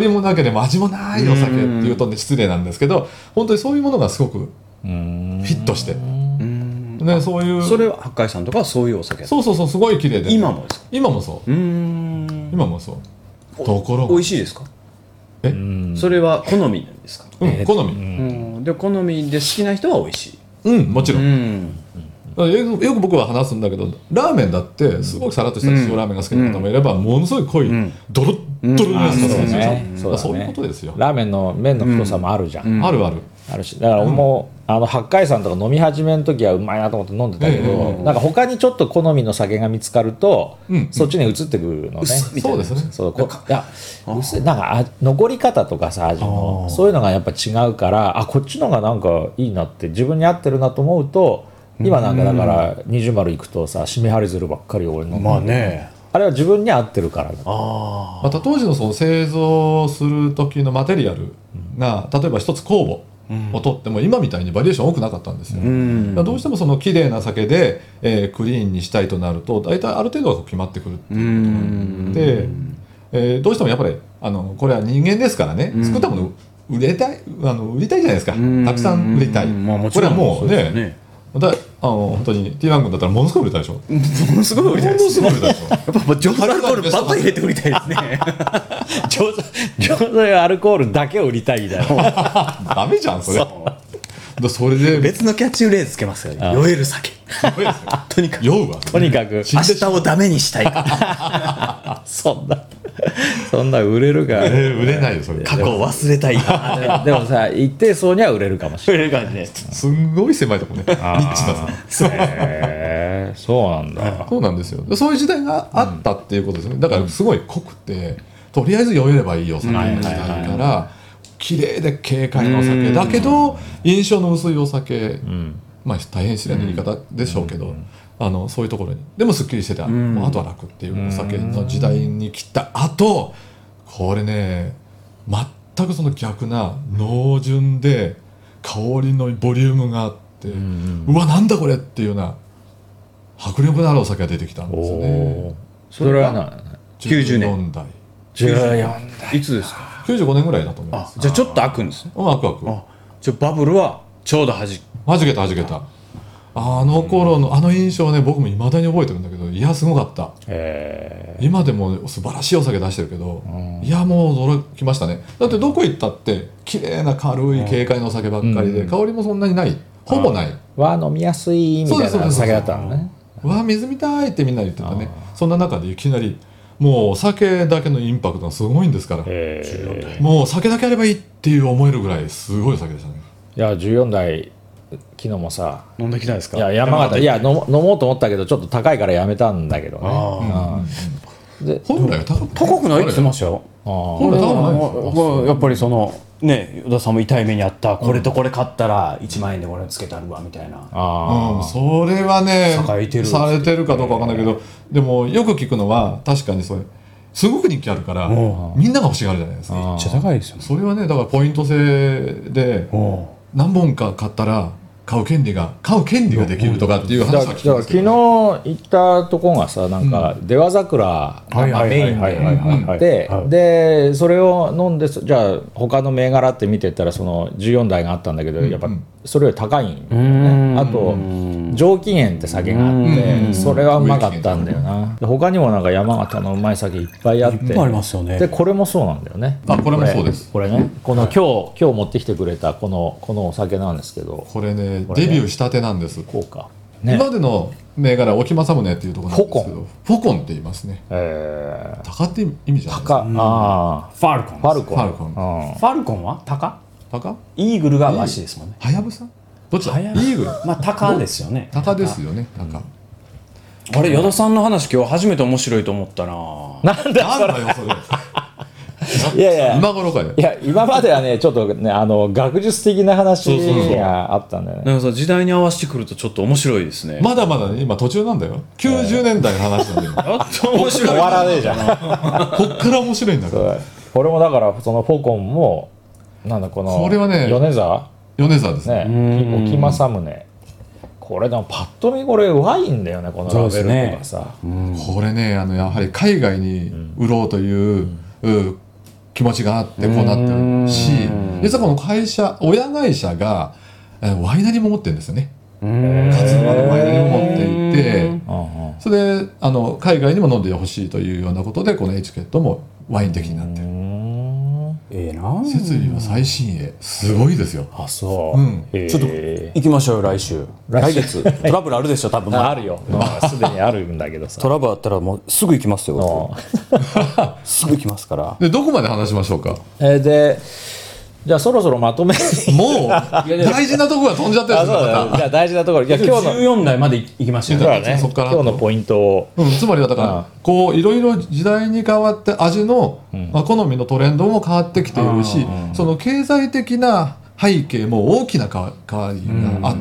S2: りもなければ味もないお酒っていうとね失礼なんですけど本当にそういうものがすごくフィットして、ね、そういう
S1: それは八海さんとかはそういうお酒だ
S2: そうそうそうすごい綺麗で
S1: 今もですか
S2: 今もそう
S1: うーん
S2: 今もそうところ
S1: 美
S2: が
S1: 味しいですか
S2: え
S1: それは好みなんですか、
S2: うん好み、
S1: うん、で好みで好きな人は美味しい
S2: うん、もちろん
S1: うん
S2: だからよくよく僕は話すんだけどラーメンだってすごくさらっとした塩ラーメンが好きな方もいれば、ものすごい濃い、ドロッドロのやつが好きな人もいるでしょだからそういうことですよ、
S3: ラーメンの麺の太さもあるじゃん、
S2: あるある
S3: あるしだからもう、あの八海山とか飲み始めの時はうまいなと思って飲んでたけど、
S2: え
S3: なんか他にちょっと好みの酒が見つかると、
S2: うん
S3: そっちに移ってくるのね
S1: 薄みたい
S2: そう
S1: な
S2: ですね
S3: そうこいや薄いなんかあ残り方とかさ味のそういうのがやっぱ違うからあこっちのがなんかいいなって自分に合ってるなと思うと今なんかだから二重丸行くとさ締め張り鶴ばっかり俺の、
S1: まあね
S3: あれは自分に合ってるからだ
S1: あ
S2: また当時のその製造する時のマテリアルが例えば一つ酵母を取っても今みたいにバリエーション多くなかったんですよ、
S1: あうん
S2: だからどうしてもその綺麗な酒で、えークリーンにしたいとなると大体ある程度が決まってくる
S1: うん
S2: で、えーどうしてもやっぱりあのこれは人間ですからね、作ったもの売れたいあの売りたいじゃないですか、
S1: うん
S2: たくさん売りたい、
S1: うんまあもち
S2: これ
S1: ろん
S2: はもうね
S1: そうで
S2: だあの本当に T1 君だったらものすごい売れたでしょもの
S1: すねものすごい売りたいです
S2: すごい売れたでしょ
S1: やっぱもう ジョーズアルコールバッと入れて売りたいです ね
S3: 醸造醸造用アルコールだけを売りたいみたいな
S2: ダメじゃんそれだそれで
S1: 別のキャッチフレーズつけますよね酔える酒とにかく
S2: 酔うわ
S3: とにかく
S2: 死ん
S1: 明
S2: でし
S1: 日をダメにしたい
S3: そんなそんな売れるか
S2: えー売れないよそれ
S1: 過去を忘れたい
S3: あで もでもさ一定層には売れるかもし
S1: 売れるかもしれないです
S2: すんごい狭いとこねニ
S3: れない
S2: ッチな
S3: へえそうなんだ
S2: そうなんですよでそういう時代があったっていうことですねだからすごい濃くてとりあえず酔えればいいお酒の時代
S1: はい
S2: から、綺麗で軽快なお酒だけど印象の薄いお酒、
S3: うん
S2: まあ大変失礼な言い方でしょうけど、あのそういうところにでもすっきりしてた、
S1: ん
S2: もうあとは楽っていうお酒の時代に来たあとこれね全くその逆な濃純で香りのボリュームがあって、うわなんだこれっていうような迫力のあるお酒が出てきたん
S3: お
S2: ですね
S3: おそれはな
S1: 90年
S2: 14代
S3: 14
S1: いつですか
S2: 95年ぐらいだと思いま
S1: あ
S2: す
S1: じゃあちょっと開くんですね
S2: ワクワク
S1: あじゃあバブルはちょうどはじ
S2: はじけたはじけたあの頃のあの印象ね僕もいまだに覚えてるんだけどいやすごかった
S3: え
S2: 今でも素晴らしいお酒出してるけど、いやもう驚きましたねだってどこ行ったって綺麗な軽い軽快なお酒ばっかりで、
S3: うん
S2: 香りもそんなにないほぼない
S3: ー和飲みやすいみたい
S2: そう
S3: な
S2: ですそうです
S3: 酒だったのね
S2: わあ水みたいってみんな言ってたねそんな中でいきなりもうお酒だけのインパクトがすごいんですから
S3: へえ
S2: もう酒だけあればいいっていう思えるぐらいすごいお酒でしたね
S3: いや14代昨日もさ
S1: 飲んできたんですか
S3: いや山形いや飲も飲もうと思ったけどちょっと高いからやめたんだけどね
S1: あ
S3: うんで
S2: 本来は高く
S1: 高くないって言ってま
S2: し
S1: したよ
S3: あー
S2: ほら多分ないですよあそ
S1: まあやっぱりそのね与田さんも痛い目にあったこれとこれ買ったら1万円でこれつけてあるわみたいな
S3: あ
S2: うん、それはね
S1: 栄えてる
S2: されてるかどうかわかんないけどでもよく聞くのは確かにそれすごく人気あるから
S1: う
S2: みんなが欲しがるじゃないです
S3: あ
S2: か
S1: めっちゃ高いですよ
S2: それはねだからポイント制で
S1: お
S2: 何本か買ったら買う権利が買う権利ができるとかっていう
S3: だだ
S2: 話
S3: か
S2: は
S3: ら
S2: 聞きます
S3: 昨
S2: け
S3: 日
S2: ど
S3: 行ったとこがさなんか出羽桜
S1: はい
S3: が
S1: はい
S3: メ
S1: は
S3: イ
S1: い
S3: ン
S1: はいはいはいはい
S3: で
S1: はい
S3: ででそれを飲んでじゃあ他の銘柄って見てったらその14台があったんだけどやっぱそれより高いんだよ
S1: うん
S3: ねあと上機嫌って酒があっ
S2: う
S3: て
S2: ん
S3: それはうまかったんだよなで他にもなんか山形のうまい酒いっぱいあっ
S1: いってぱいありますよね
S3: でこれもそうなんだよね
S2: あこれもそうです
S3: これねこの今日今日持ってきてくれたこのこのお酒なんですけど
S2: これね
S3: これ
S2: デ
S3: ね
S2: ビューしたてなんです
S3: こうかね
S2: 今までの銘柄は沖正宗っていうところなんですけどフォコンって言いますね
S3: えー
S2: 鷹って意味じゃないです
S3: 高
S2: か
S3: ああ
S1: ファルコン
S3: ファルコン。
S2: ファルコン
S3: ン。
S1: ファルコンは鷹
S2: 鷹
S1: イーグルが和紙ですもんね
S2: はやぶさどっちだイ
S1: はやぶさ
S2: ーグル
S1: まあ鷹ですよね
S2: 鷹ですよね鷹
S1: あれ与田さんの話今日初めて面白いと思ったな
S3: なんだ。
S2: なんだよそれ
S3: いやいや
S2: 今頃かよ
S3: いや今まではねちょっとねあの学術的な話
S2: そうそうそう
S3: があったんだよね。
S1: なんかさ時代に合わせてくるとちょっと面白いですね
S2: まだまだね今途中なんだよ90年代の話なんだよ
S1: やっと面
S3: 終
S1: 白い
S3: わらねえじゃん。
S2: こっから面白いんだから
S3: そうこれもだからそのフォコンもなんだこの
S2: これはね
S3: 米沢
S2: 米沢ですね
S3: ね沖正宗。これでもパッと見これワインだよねこのラ
S1: そうです
S3: ベル
S1: ね
S3: とかさ。
S2: これねあのやはり海外に売ろうという、うん気持ちがあってこうなってるし実はこの会社親会社がえーワイナリーも持ってるんですよね勝間のワイナリーも持っていて
S3: うんうん
S2: それであの海外にも飲んでほしいというようなことでこのエチケットもワイン的になってる
S1: ええな
S2: 設備は最新鋭 すごいですよ
S3: あそう。
S2: うん
S3: へえ
S2: ちょっと
S1: 行きましょうよ来週来月 トラブルあるでしょ多分
S3: あるよ。うんすでにあるんだけどさ
S1: ト。ラブルあったらもうすぐ行きますよ
S3: うん
S1: すぐ行きますから
S2: でどこまで話しましょうか
S3: えーでじゃあそろそろまとめに
S2: もう大事なとこが飛んじゃってるん
S3: あ
S2: です
S3: そう
S2: よま
S3: だ
S2: た
S3: ね、 じゃあ大事なところいや今日の
S1: 14台まで行きました
S2: よ
S1: よね
S2: ね
S3: そうだね
S2: そっから
S3: 今日のポイントを
S2: うん、つまりはだから、
S3: うん
S2: こういろいろ時代に変わって味の、まあ、好みのトレンドも変わってきているし、その経済的な背景も大きな変わ変わりがあ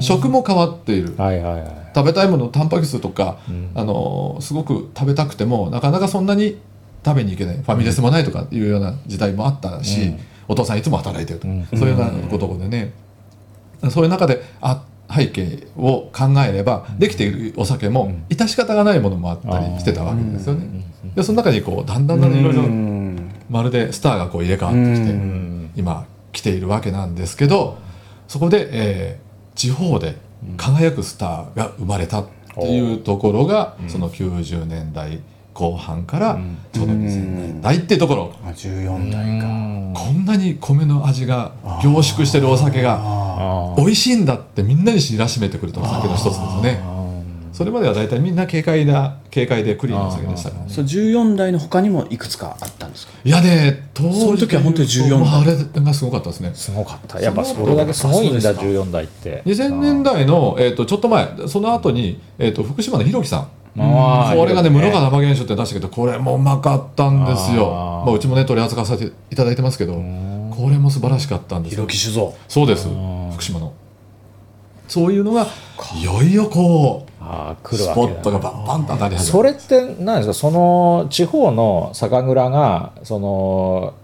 S2: 食も変わっている
S3: はいはいはい
S2: 食べたいものタンパク質とか、あのすごく食べたくてもなかなかそんなに食べに行けないファミレスもないとかっていうような時代もあったし、お父さんいつも働いてるとか、そういうようなことでね、そういう中であ背景を考えればできているお酒も致し方がないものもあったりしてたわけですよね。でその中にこうだんだんだんだんいろいろまるでスターがこう入れ替わってきて、今来ているわけなんですけどそこで、えー地方で輝くスターが生まれたっていうところが、その90年代後半からちょうど2000年代っていうところ、
S1: 14台か
S2: こんなに米の味が凝縮してるお酒が
S3: あ
S2: 美味しいんだってみんなに知らしめてくれたお酒の一つですね。それまでは大体みんな軽快な軽快でクリーンなお酒でしたからね
S1: そう14台の他にもいくつかあったんですか
S2: いやね当時
S1: その時は本当に14
S2: まあ、あれがすごかったですね
S3: すごかったやっぱそれだけすごいんだ
S1: そうですか
S3: 14代って
S2: 2000年代の、えー、とちょっと前その後に、えー、と福島のひろきさん
S3: ま
S2: これがね、
S3: いいよ
S2: 室賀生現象って出したけど、これもうまかったんですよ。
S3: あー
S2: まあ、うちもね、取り扱わせていただいてますけど、これも素晴らしかったんですよ。
S1: 木酒造
S2: そうです
S3: ん、
S2: 福島の。そういうのが、いよいよこ
S3: あー
S2: う、
S3: 来る
S2: ス
S3: わ
S2: ポ
S3: け
S2: ッ
S3: だ
S2: トがバンバンと当たり始
S3: そ
S2: める。
S3: れって何ですかその地方の酒蔵がその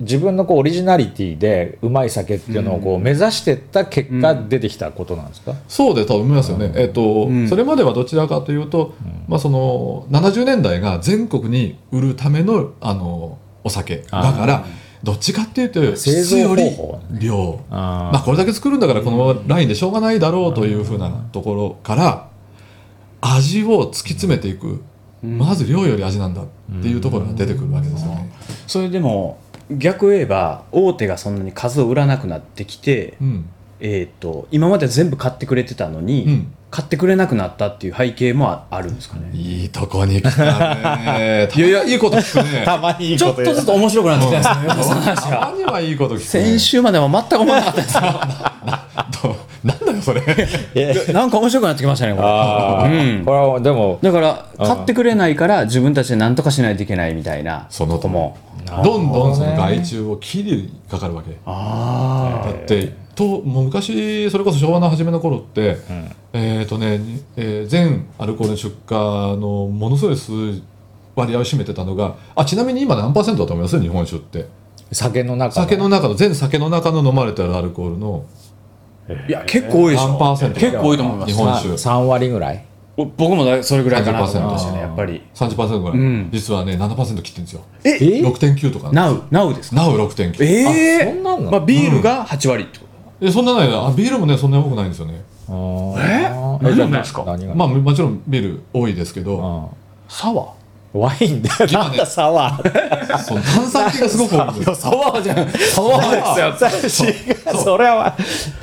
S3: 自分のこうオリジナリティでうまい酒っていうのをこう目指してった結果出てきたことなんですか、
S2: そうで、と思いますよね。えっと
S1: うん、
S2: それまではどちらかというと、まあ、その、70年代が全国に売るための、あの、お酒。だから、どっちかっていうと、
S3: 製
S2: 質
S3: 造
S2: より
S3: 方法
S2: 量。
S3: あ
S2: まあ、これだけ作るんだからこのままラインでしょうがないだろうというふうなところから味を突き詰めていく、まず量より味なんだっていうところが出てくるわけですよね。
S1: それでも逆を言えば大手がそんなに数を売らなくなってきて、
S2: うん
S1: えー、と今まで全部買ってくれてたのに、
S2: うん
S1: 買ってくれなくなったっていう背景もああるんですかね
S2: いいとこに来たね。 いやいや、いいこと聞く ね。
S3: たまにいい
S1: ちょっとずつ面白くなってきたん ですね
S2: たまにはいいこと聞く、ね
S1: 先。週までは全く思わなかったです
S2: どなんだ よ、それ。
S1: けどなんか面白くなってきましたねこれ
S3: あー、
S1: うん
S3: これはでも
S1: だから買ってくれないから自分たちで何とかしないといけないみたいな
S2: その
S1: とこも
S2: どんどんその害虫を切りかかるわけ。
S1: あ
S2: だってともう昔それこそ昭和の初めの頃って、
S3: ん
S2: えっ、とね、にえー全アルコールの出荷のものすごい数割合を占めてたのがあちなみに今何パーセントだと思います日本酒って
S3: 酒の中
S2: 酒の中の全酒の中の飲まれてるアルコールの
S1: あいや結構多いでし
S2: 何パーセ
S1: ょ
S2: ント
S1: 結構多いと思います
S2: 日本酒
S3: 3割ぐらい
S1: お僕もだそれぐらいかなと思いましたね
S3: 30%
S1: やっぱり
S2: 30%ぐらい、
S1: うん
S2: 実はね7%切ってるんですよ
S1: え
S3: え
S2: 6.9とかな
S1: なうなうですか
S2: なお6.9
S1: ええ
S3: あそんなんなの
S1: まあ、ビールが8割ってこ
S2: えそんなないなあビールもねそんなに多くないんですよね
S3: え
S1: え
S3: じゃあ
S1: 何がですか
S3: 何が、
S2: まあもちろんビール多いですけど、
S1: とサワ
S3: うんワインでなんだサワー
S2: その炭酸系がすごく多いんですよ
S1: ーサワーじゃんサワーですよ
S3: 違う それは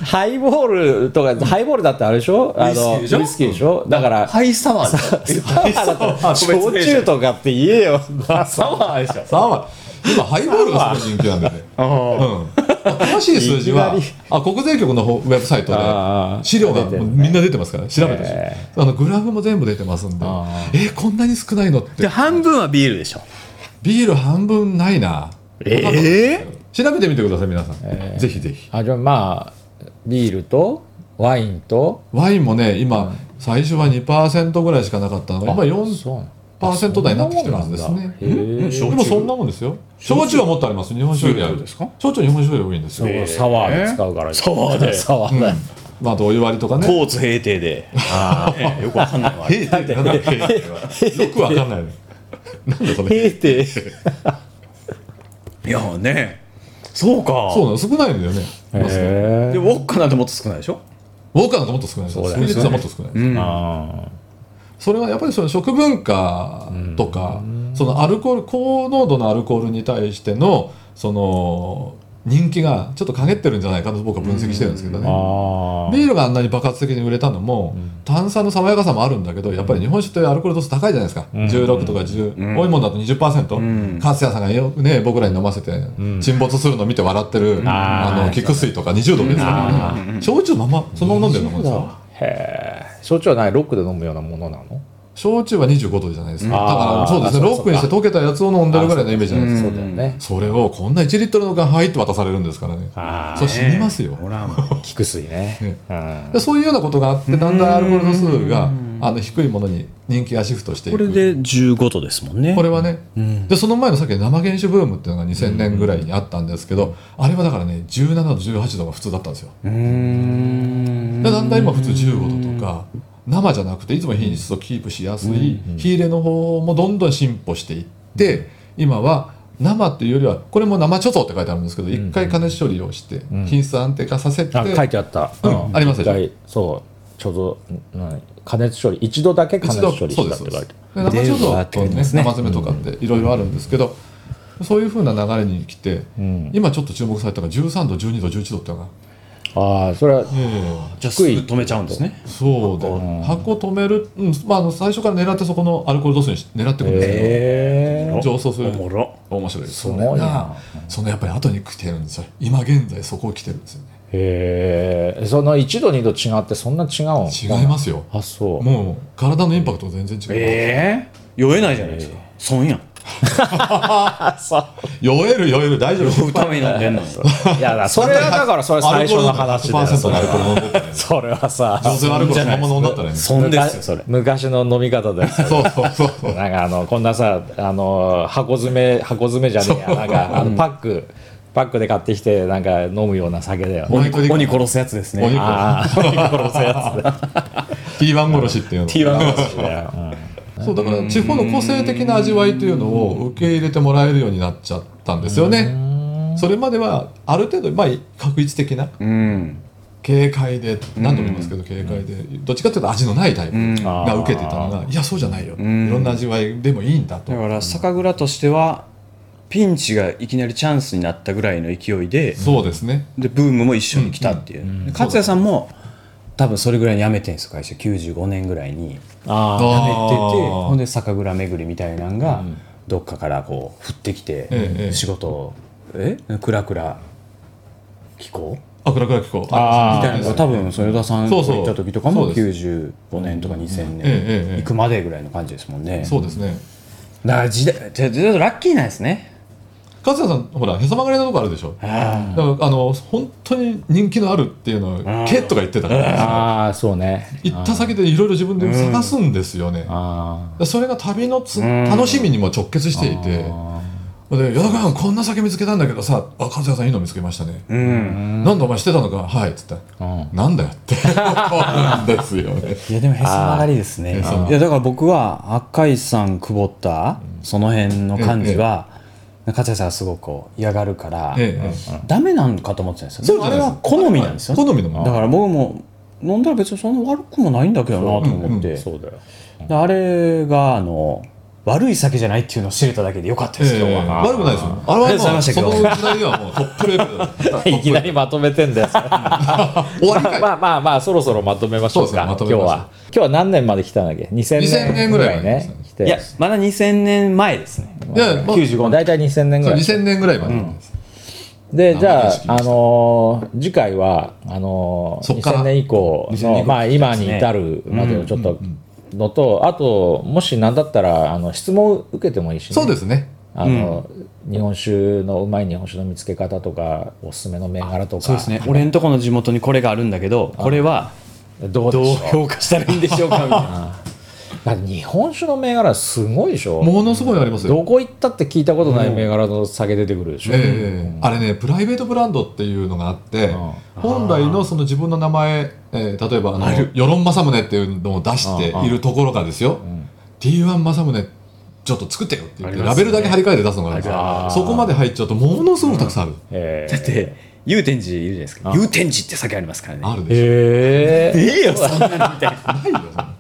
S3: ハイボールとかハイボールだってあれでしょあの
S1: ウイスキーでしょ
S3: ウイスキーでしょだ から
S1: ハイサワーですよ
S3: サワー だと焼酎とかって言え よ
S1: サワーでしょ
S2: さあまあ今ハイボールがすごい人気なんでね
S1: あ
S2: うん、詳しい数字はい
S3: きな
S2: あ国税局の方ウェブサイト
S3: あ
S2: で
S3: あ
S2: 資料が
S3: 出てる
S2: もう
S3: ね
S2: みんな出てますから調べてほしい
S3: え
S2: あのグラフも全部出てますんで
S3: あ
S2: えこんなに少ないのっ
S1: で
S2: て
S1: 半分はビールでしょ
S2: ビール半分ないな
S1: え
S2: 調べてみてください皆さん、ぜひぜひ
S3: あじゃあまあビールとワインと
S2: ワインもね今最初は2%ぐらいしかなかったのが今4%
S3: う
S2: 台になってきてるはずですね
S3: へえ
S2: でもそんなもんですよ焼酎はもっとあります日本酒よりある
S1: 焼酎ですか
S2: 焼酎は日本酒より多いんですよ、
S1: え
S3: サワーで使うからサ
S1: ワーで
S3: サワーだよ
S2: まああとお湯割りとかね
S1: コーツ平定でええよくわかんないわ
S2: 平定ってなんだ平定はよくわかんないねなんだそれ
S3: へえって
S1: いやねそうか
S2: そうなの少ないんだよね
S1: で
S3: へ
S1: ウォッカなんてもっと少ないでしょ
S2: ウォーカーなんかもっと少ないです
S3: そうだよ
S2: 数
S3: ね
S2: 日はもっと少ないです
S1: ん
S3: あ
S2: それはやっぱりその食文化とかそのアルコール高濃度のアルコールに対してのその人気がちょっと陰ってるんじゃないかと僕は分析してるんですけど
S3: ー
S2: ね
S3: あー
S2: ビールがあんなに爆発的に売れたのも炭酸の爽やかさもあるんだけどやっぱり日本酒ってアルコール度数高いじゃないですか16とか10多いもんだと20%勝谷さんがよくね僕らに飲ませて沈没するの見て笑ってる
S3: あー
S2: あの菊水とか20度ですからね焼酎ままそのまま飲んでるのもんですよ
S3: へえ焼酎はないロックで飲むようなものなの
S2: 焼酎は25度じゃないですか。だ
S3: あ
S2: か
S3: ー
S2: らそうですね、
S3: あそ
S2: ロ
S3: うか
S2: ックにして溶けたやつを飲んでるぐらいのイメージじゃないです
S3: そ
S2: か。
S3: うだよね
S2: それをこんな1リットルの缶入って渡されるんですからね。
S3: あ
S2: そう死にますよ。
S1: ほらもう
S3: 菊水ね
S2: ね
S3: うん
S2: でそういうようなことがあって、だんだんアルコール度数があの低いものに人気がシフトしてい
S1: こ
S2: く。
S1: れで15度ですもんね
S2: これはね、でその前のさっきの生原酒ブームっていうのが2000年ぐらいにあったんですけど、あれはだからね17度18度が普通だったんですよ
S1: うーん
S2: でだんだん今普通15度とか生じゃなくていつも品質をキープしやすい火入れの方もどんどん進歩していって今は生っていうよりはこれも生貯蔵って書いてあるんですけど一回加熱処理をして品質安定化させて
S3: あ書いてあった、
S2: うんありますでしょ
S3: 一回そうちょうどうん加熱処理一度だけ加
S2: 一
S3: 熱
S2: 度
S3: 処理
S2: そうで
S3: したっ
S2: す
S3: て書いて
S2: そうですで生貯
S1: 出
S2: 蔵と
S1: るわって書いて
S2: ね
S1: ますね
S2: 生詰めとかっていろいろあるんですけどそういうふうな流れに来て今ちょっと注目されたのが13度12度11度っていうのが
S3: ああそれは
S1: じゃあす
S3: 低
S1: ぐ
S3: い
S1: 止めちゃうんですね
S2: そうだよ、箱止める、うんまあ、あの最初から狙ってそこのアルコール度数にし狙ってくるんですけど、
S3: へえ
S2: 上層する
S1: おもろ
S2: 面白いです
S3: ごい
S2: そ
S3: な
S2: れがそのやっぱり後に来てるんですよ今現在そこを来てるんですよね
S3: へえその1度2度違ってそんな違うん
S2: 違いますよ
S3: あそう
S2: もう体のインパクトが全然違う、
S1: ええ酔えないじゃないですか損やん
S2: 酔える酔える大丈夫
S1: 酔うために飲んでんのに
S3: いやだそれはだからそれ最初の話だよ
S2: 100%のアルコール飲んでる
S3: それはさ
S2: 女性のアルコールそのまま飲んだったらねそう
S1: 損ですよそれ
S3: 昔の飲み方だよ
S2: そうそうそう
S3: なんかあのこんなさあの箱詰め箱詰めじゃねえやなんかあのパックパックで買ってきてなんか飲むような酒だよね
S2: お肉
S1: 鬼殺すやつです
S2: お肉
S1: ね
S3: ああ 殺すやつだ
S2: T1 殺しっていうの
S1: T1
S2: そうだから地方の個性的な味わいというのを受け入れてもらえるようになっちゃったんですよねそれまではある程度まあ確一的な
S1: うん
S2: 軽快で何度も言いますけど軽快でどっちかというと味のないタイプが受けてたのがいやそうじゃないよいろ
S1: ん
S2: んな味わいでもいいんだと
S1: だから酒蔵としてはピンチがいきなりチャンスになったぐらいの勢いで
S2: そうですね
S1: でブームも一緒に来たっていう、で勝也さんも多分それぐらいに辞めてんですよ会社95年ぐらいに辞めてて
S3: ああ
S2: あ
S1: ほんで酒蔵巡りみたいなんが、どっかからこう降ってきて、
S2: ええ
S1: 仕事をえクラクラ気候
S2: あくらくら聞こう
S3: あー
S1: みたいなのが多分その与田さんと
S2: そうそう
S1: 行った時とかも
S2: そうで
S1: 95年とか2000
S2: えええ
S1: 年
S2: え
S1: 行くまでぐらいの感じですもんね、
S2: そうですね
S1: だから時代ちょちょっとラッキーなんですね
S2: 勝也さんほらへそ曲がりのとこあるでしょだ
S1: あ
S2: からあの本当に人気のあるっていうのはケッとか言ってたから
S3: ああそうね
S2: 行った先でいろいろ自分で探すんですよね
S3: あ
S2: それが旅のつ
S1: ん
S2: 楽しみにも直結していてで「矢田君こんな酒見つけたんだけどさあ和也さんいいの見つけましたね」
S1: あうん
S2: なんだお前してたのかはい」っつって
S3: あうん
S2: なんだよって思うんですよ ね。
S1: いやでもへそ曲がりですね
S2: へそ曲がり
S1: いやだから僕は赤井さん久保田その辺の感じは勝谷さんがすごくこう嫌がるから
S2: ええ
S1: ダメなんかと思ってたんですよで
S2: そうじ
S1: も
S2: ゃ
S1: あ
S2: な
S1: れは
S2: いです
S1: 好みなんですよ
S2: はい
S1: だ
S2: 好みのも
S1: から僕も飲んだら別にそんな悪くもないんだけどなと思って
S3: そうだよ
S1: であれがあの悪い酒じゃないっていうのを知れただけでよかった
S2: え
S1: です今日
S2: え
S1: は
S2: 悪くないですよ。あれは
S1: ありがとうござい
S2: も
S1: ま
S2: う
S1: した
S2: そ
S1: けど
S2: の時代ではもうトップレベルだっ た
S3: いきなりまとめてんだよ
S2: 終わりか
S3: まあ
S2: い。
S3: まあまあまあそろそろまとめましょう
S2: そうですね
S3: か
S2: まと
S3: 今
S2: め
S3: 日
S2: ましょう
S3: は今日は何年まで来たんだっけ2000
S2: 2000
S3: 年
S2: 年
S3: ぐ
S2: ぐ
S3: ら
S2: ら
S3: い
S2: い
S3: ね来て
S1: いやまだ2000年前ですね
S2: いやまあ
S1: 95年
S3: 大体2000年ぐ
S2: そう
S3: らい
S2: 2000年ぐらいまでなんです。
S3: で
S2: あ
S3: じゃ
S2: また
S3: あ
S2: 時期、で
S3: あ
S2: した
S3: のー次回はあのー
S2: そっから
S3: 2000年以降
S1: 2000年以
S3: の、
S1: 降
S3: まあ、今に
S1: ですね
S3: 至るまでをちょっとのと、あともし何だったらあの質問受けてもいいし、ね、
S2: そうですね。
S3: あの、日本酒のうまい日本酒の見つけ方とかおすすめの銘柄とか
S1: そうですね俺んとこの地元にこれがあるんだけどこれは
S3: どうで
S1: どう
S3: しょう
S1: 評価したらいいんでしょうかみたいな
S3: だって日本酒の銘柄すごいでしょ
S2: ものすごいありますよ。
S3: どこ行ったって聞いたことない銘柄の酒出てくるでしょ、
S2: ええあれねプライベートブランドっていうのがあって、本来のその自分の名前、えー例えばあの与論正宗っていうのを出しているところがですよ、T1 正宗ちょっと作ってよって言って、ラベルだけ貼り替えて出すのがあるんですよそこまで入っちゃうとものすごくたくさんある、
S3: え
S1: だって祐天寺いるじゃないですか祐天寺って酒ありますからね
S2: ある
S3: ー
S2: でしょ、
S3: え
S1: ええよそんなのみたいな
S2: ないよそんな
S3: ー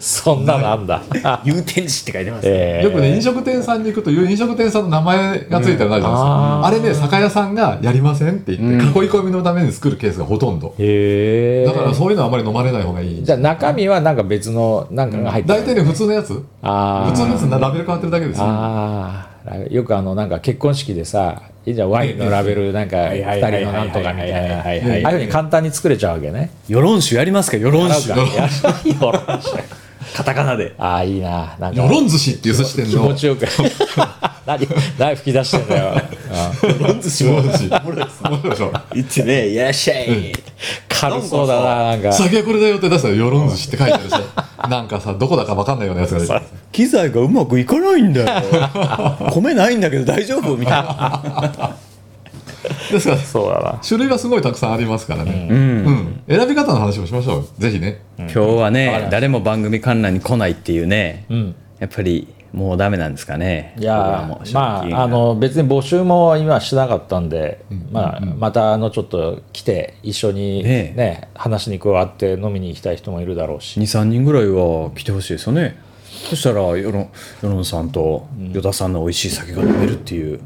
S3: そんななんだ
S1: 祐天寺って書いてます、
S3: えー
S2: よくね飲食店さんに行くという飲食店さんの名前がついてるのあるじゃないですか、あれね酒屋さんがやりませんって言って囲い込みのために作るケースがほとんど、
S3: へえ
S2: だからそういうのはあまり飲まれない方がいい
S3: じゃあ中身はなんか別のなんかが入ってる
S2: 大体ね普通のやつ
S3: あ
S2: 普通のやつなラベル変わってるだけです
S3: あ
S2: よ
S3: ああよくあのなんか結婚式でさいいじゃんワインのラベルなんか
S1: い
S3: 二
S1: はい
S3: 人のなんとかみたいなああ
S1: はいはいはいはい
S3: いうふうに簡単に作れちゃうわけね
S1: 世論酒やりますか世論酒
S3: なんかやらないよ
S1: カタカナで
S3: ああいいななんか
S2: よろん寿司っていう寿司店
S3: 気
S2: の
S3: 持ちよく 何何吹き出してんだよああ
S1: 世論寿司
S2: よろん寿司面白いでしょ
S1: 言ってねいらっしゃい
S3: 軽そうだななんか
S2: 酒はこれだよって出したらよろん寿司って書いてあるでしょなんかさどこだか分かんないようなやつが出てくる
S1: 機材がうまくいかないんだ よ米ないんだけど大丈夫みたいな
S2: ですから
S3: そうだな
S2: 種類がすごいたくさんありますからね、うん選び方の話もしましょうぜひね
S1: 今日はね誰も番組観覧に来ないっていうね、やっぱりもうダメなんですかね
S3: いやーまああの別に募集も今してなかったんで、まあ、またあのちょっと来て一緒にね
S1: ね
S3: 話しに加わって飲みに行きたい人もいるだろうし
S1: 23人ぐらいは来てほしいですよねそしたらよのよのんさんと依田さんの美味しい酒が飲めるっていう、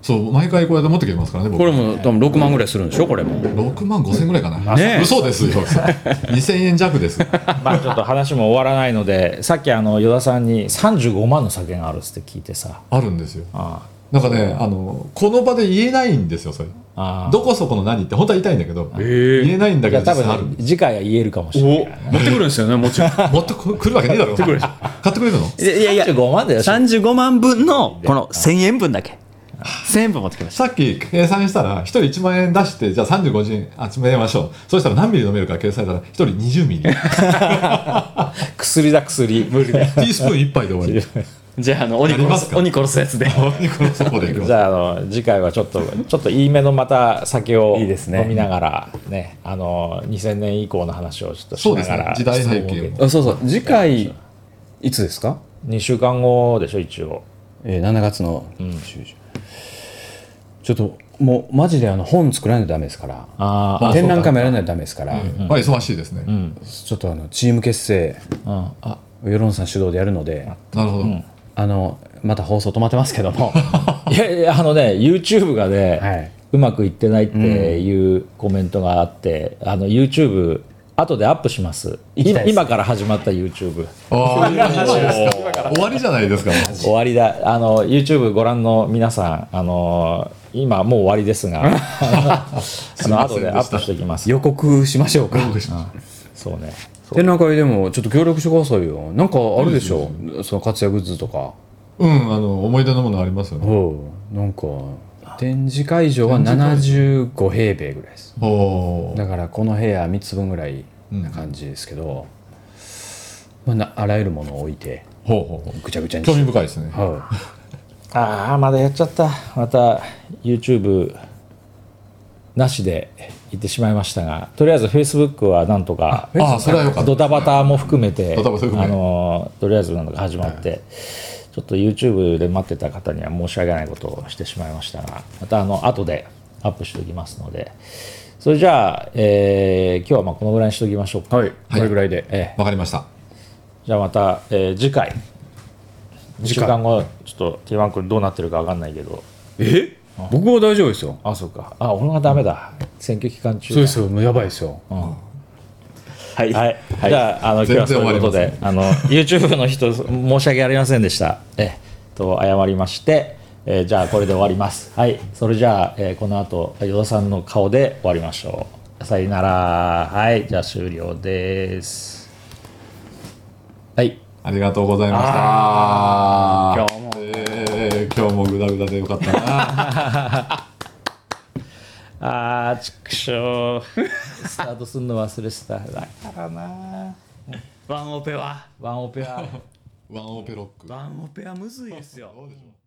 S2: そう毎回こうやって持ってきてますからね
S1: こ
S2: 僕
S1: れも多分6万ぐらいするんでしょこれも
S2: 6万5千ぐらいかな、
S1: ねえ
S2: 嘘 ですよ2000円弱です
S3: まあちょっと話も終わらないのでさっきあの依田さんに35万の酒があるっつって聞いてさ
S2: あるんですよ
S3: あ
S2: なんかねあのこの場で言えないんですよそれ
S3: あああ
S2: どこそこの何って本当は言いたいんだけど、
S1: ええ
S2: 言えないんだ
S3: い
S2: けど
S3: や多
S2: 実際ある
S3: 分次回は言えるかもし
S1: お
S3: れない
S1: 持ってくるんですよねもちろん い
S2: もっとこ来るわけねえだろ買
S1: くる
S2: ってくれるの
S1: やいや
S3: 35万だよ
S1: 35万分のこの1000円分だけ1000円分持ってきまし
S2: さっき計算したら1人1万円出してじゃあ35人集めましょうそしたら何ミリ飲めるか計算したら1人20ミリティ
S3: 薬だ薬無理だ
S2: ースプーン1杯で終わり
S1: たじゃああの鬼
S2: やります
S1: 殺す
S2: か
S1: 鬼殺すやつで
S2: このそこでいきま
S3: じ
S2: す
S3: ゃああの次回はちょっとちょっといいめのまた酒を
S1: いいですね
S3: 飲みながらねあの2000年以降の話をちょっとし
S2: そうで
S3: な
S2: す
S3: が
S2: ね
S3: ら
S2: 時代背景も
S1: あそうそう次回いつですか、
S3: 2週間後でしょ一応
S1: えー、7月の10ちょっともうマジであの本作らないとダメですから
S3: あ
S2: あ
S1: 展覧会もやらないとダメですから、
S2: まあ忙しいですね、
S1: ちょっとあのチーム結成
S3: ああ
S1: 世論さん主導でやるので
S2: なるほど、
S1: あのまた放送止まってますけど も
S3: いやいやあのね YouTube がね、
S1: はい、
S3: うまくいってないっていうコメントがあって、あの YouTube 後でアップします
S1: 行きたいです
S3: 今から始まった YouTube
S2: ああいいですか終わりじゃないですかもう
S3: 終わりだあの YouTube ご覧の皆さんあの今もう終わりですがあの後でアップしておきます
S1: 予告しましょうか
S3: そうね
S1: 展覧会でもちょっと協力してくださいよなんかあるでしょその活躍グッズとか
S2: うんあの思い出のものありますよね
S1: うんなんか展示会場は75平米ぐらいです
S2: おおー
S1: だからこの部屋3つ分ぐらいな感じですけど、まあ、なあらゆるものを置いて
S2: ほうほうほ
S1: ぐちゃぐちゃ
S2: う
S1: に
S2: 興味
S1: して
S2: 深いですね
S1: はい
S3: ああまだやっちゃったまた YouTube なしで行ってしまいましたがとりあえず Facebook はなんとか
S2: ああそれはよかった
S3: ドタバタも含めて、
S2: ドタバタ含め
S3: あのーとりあえずなんとか始まって、ちょっと YouTube で待ってた方には申し訳ないことをしてしまいましたがまたあの後でアップしておきますのでそれじゃあ、えー今日はまあこのぐらいにしておきましょうか、
S1: はいこれぐらいで、
S3: ええ
S2: わかりました
S3: じゃあまた、えー次回2週間後ちょっと T1 君どうなってるか分かんないけど
S1: え僕は大丈夫ですよ
S3: あそうかあ俺がダメだ、選挙期間中だ
S1: そうですよもうやばいですよ、はい
S3: はい、じゃああの今日はそういうことで、
S2: 全
S3: あの YouTube の人申し訳ありませんでしたえと謝りまして、えーじゃあこれで終わりますはいそれじゃあ、えーこの後依田さんの顔で終わりましょうさよならはいじゃあ終了ですはい
S2: ありがとうございました。
S1: 今日も
S2: えー今日もグダグダでよかったな。
S3: あーちくしょうスタートするの忘れてただからな
S1: ワンオペは
S3: ワンオペは
S2: ワンオペロック。
S1: ワンオペはむずいですよ
S2: どうでしょう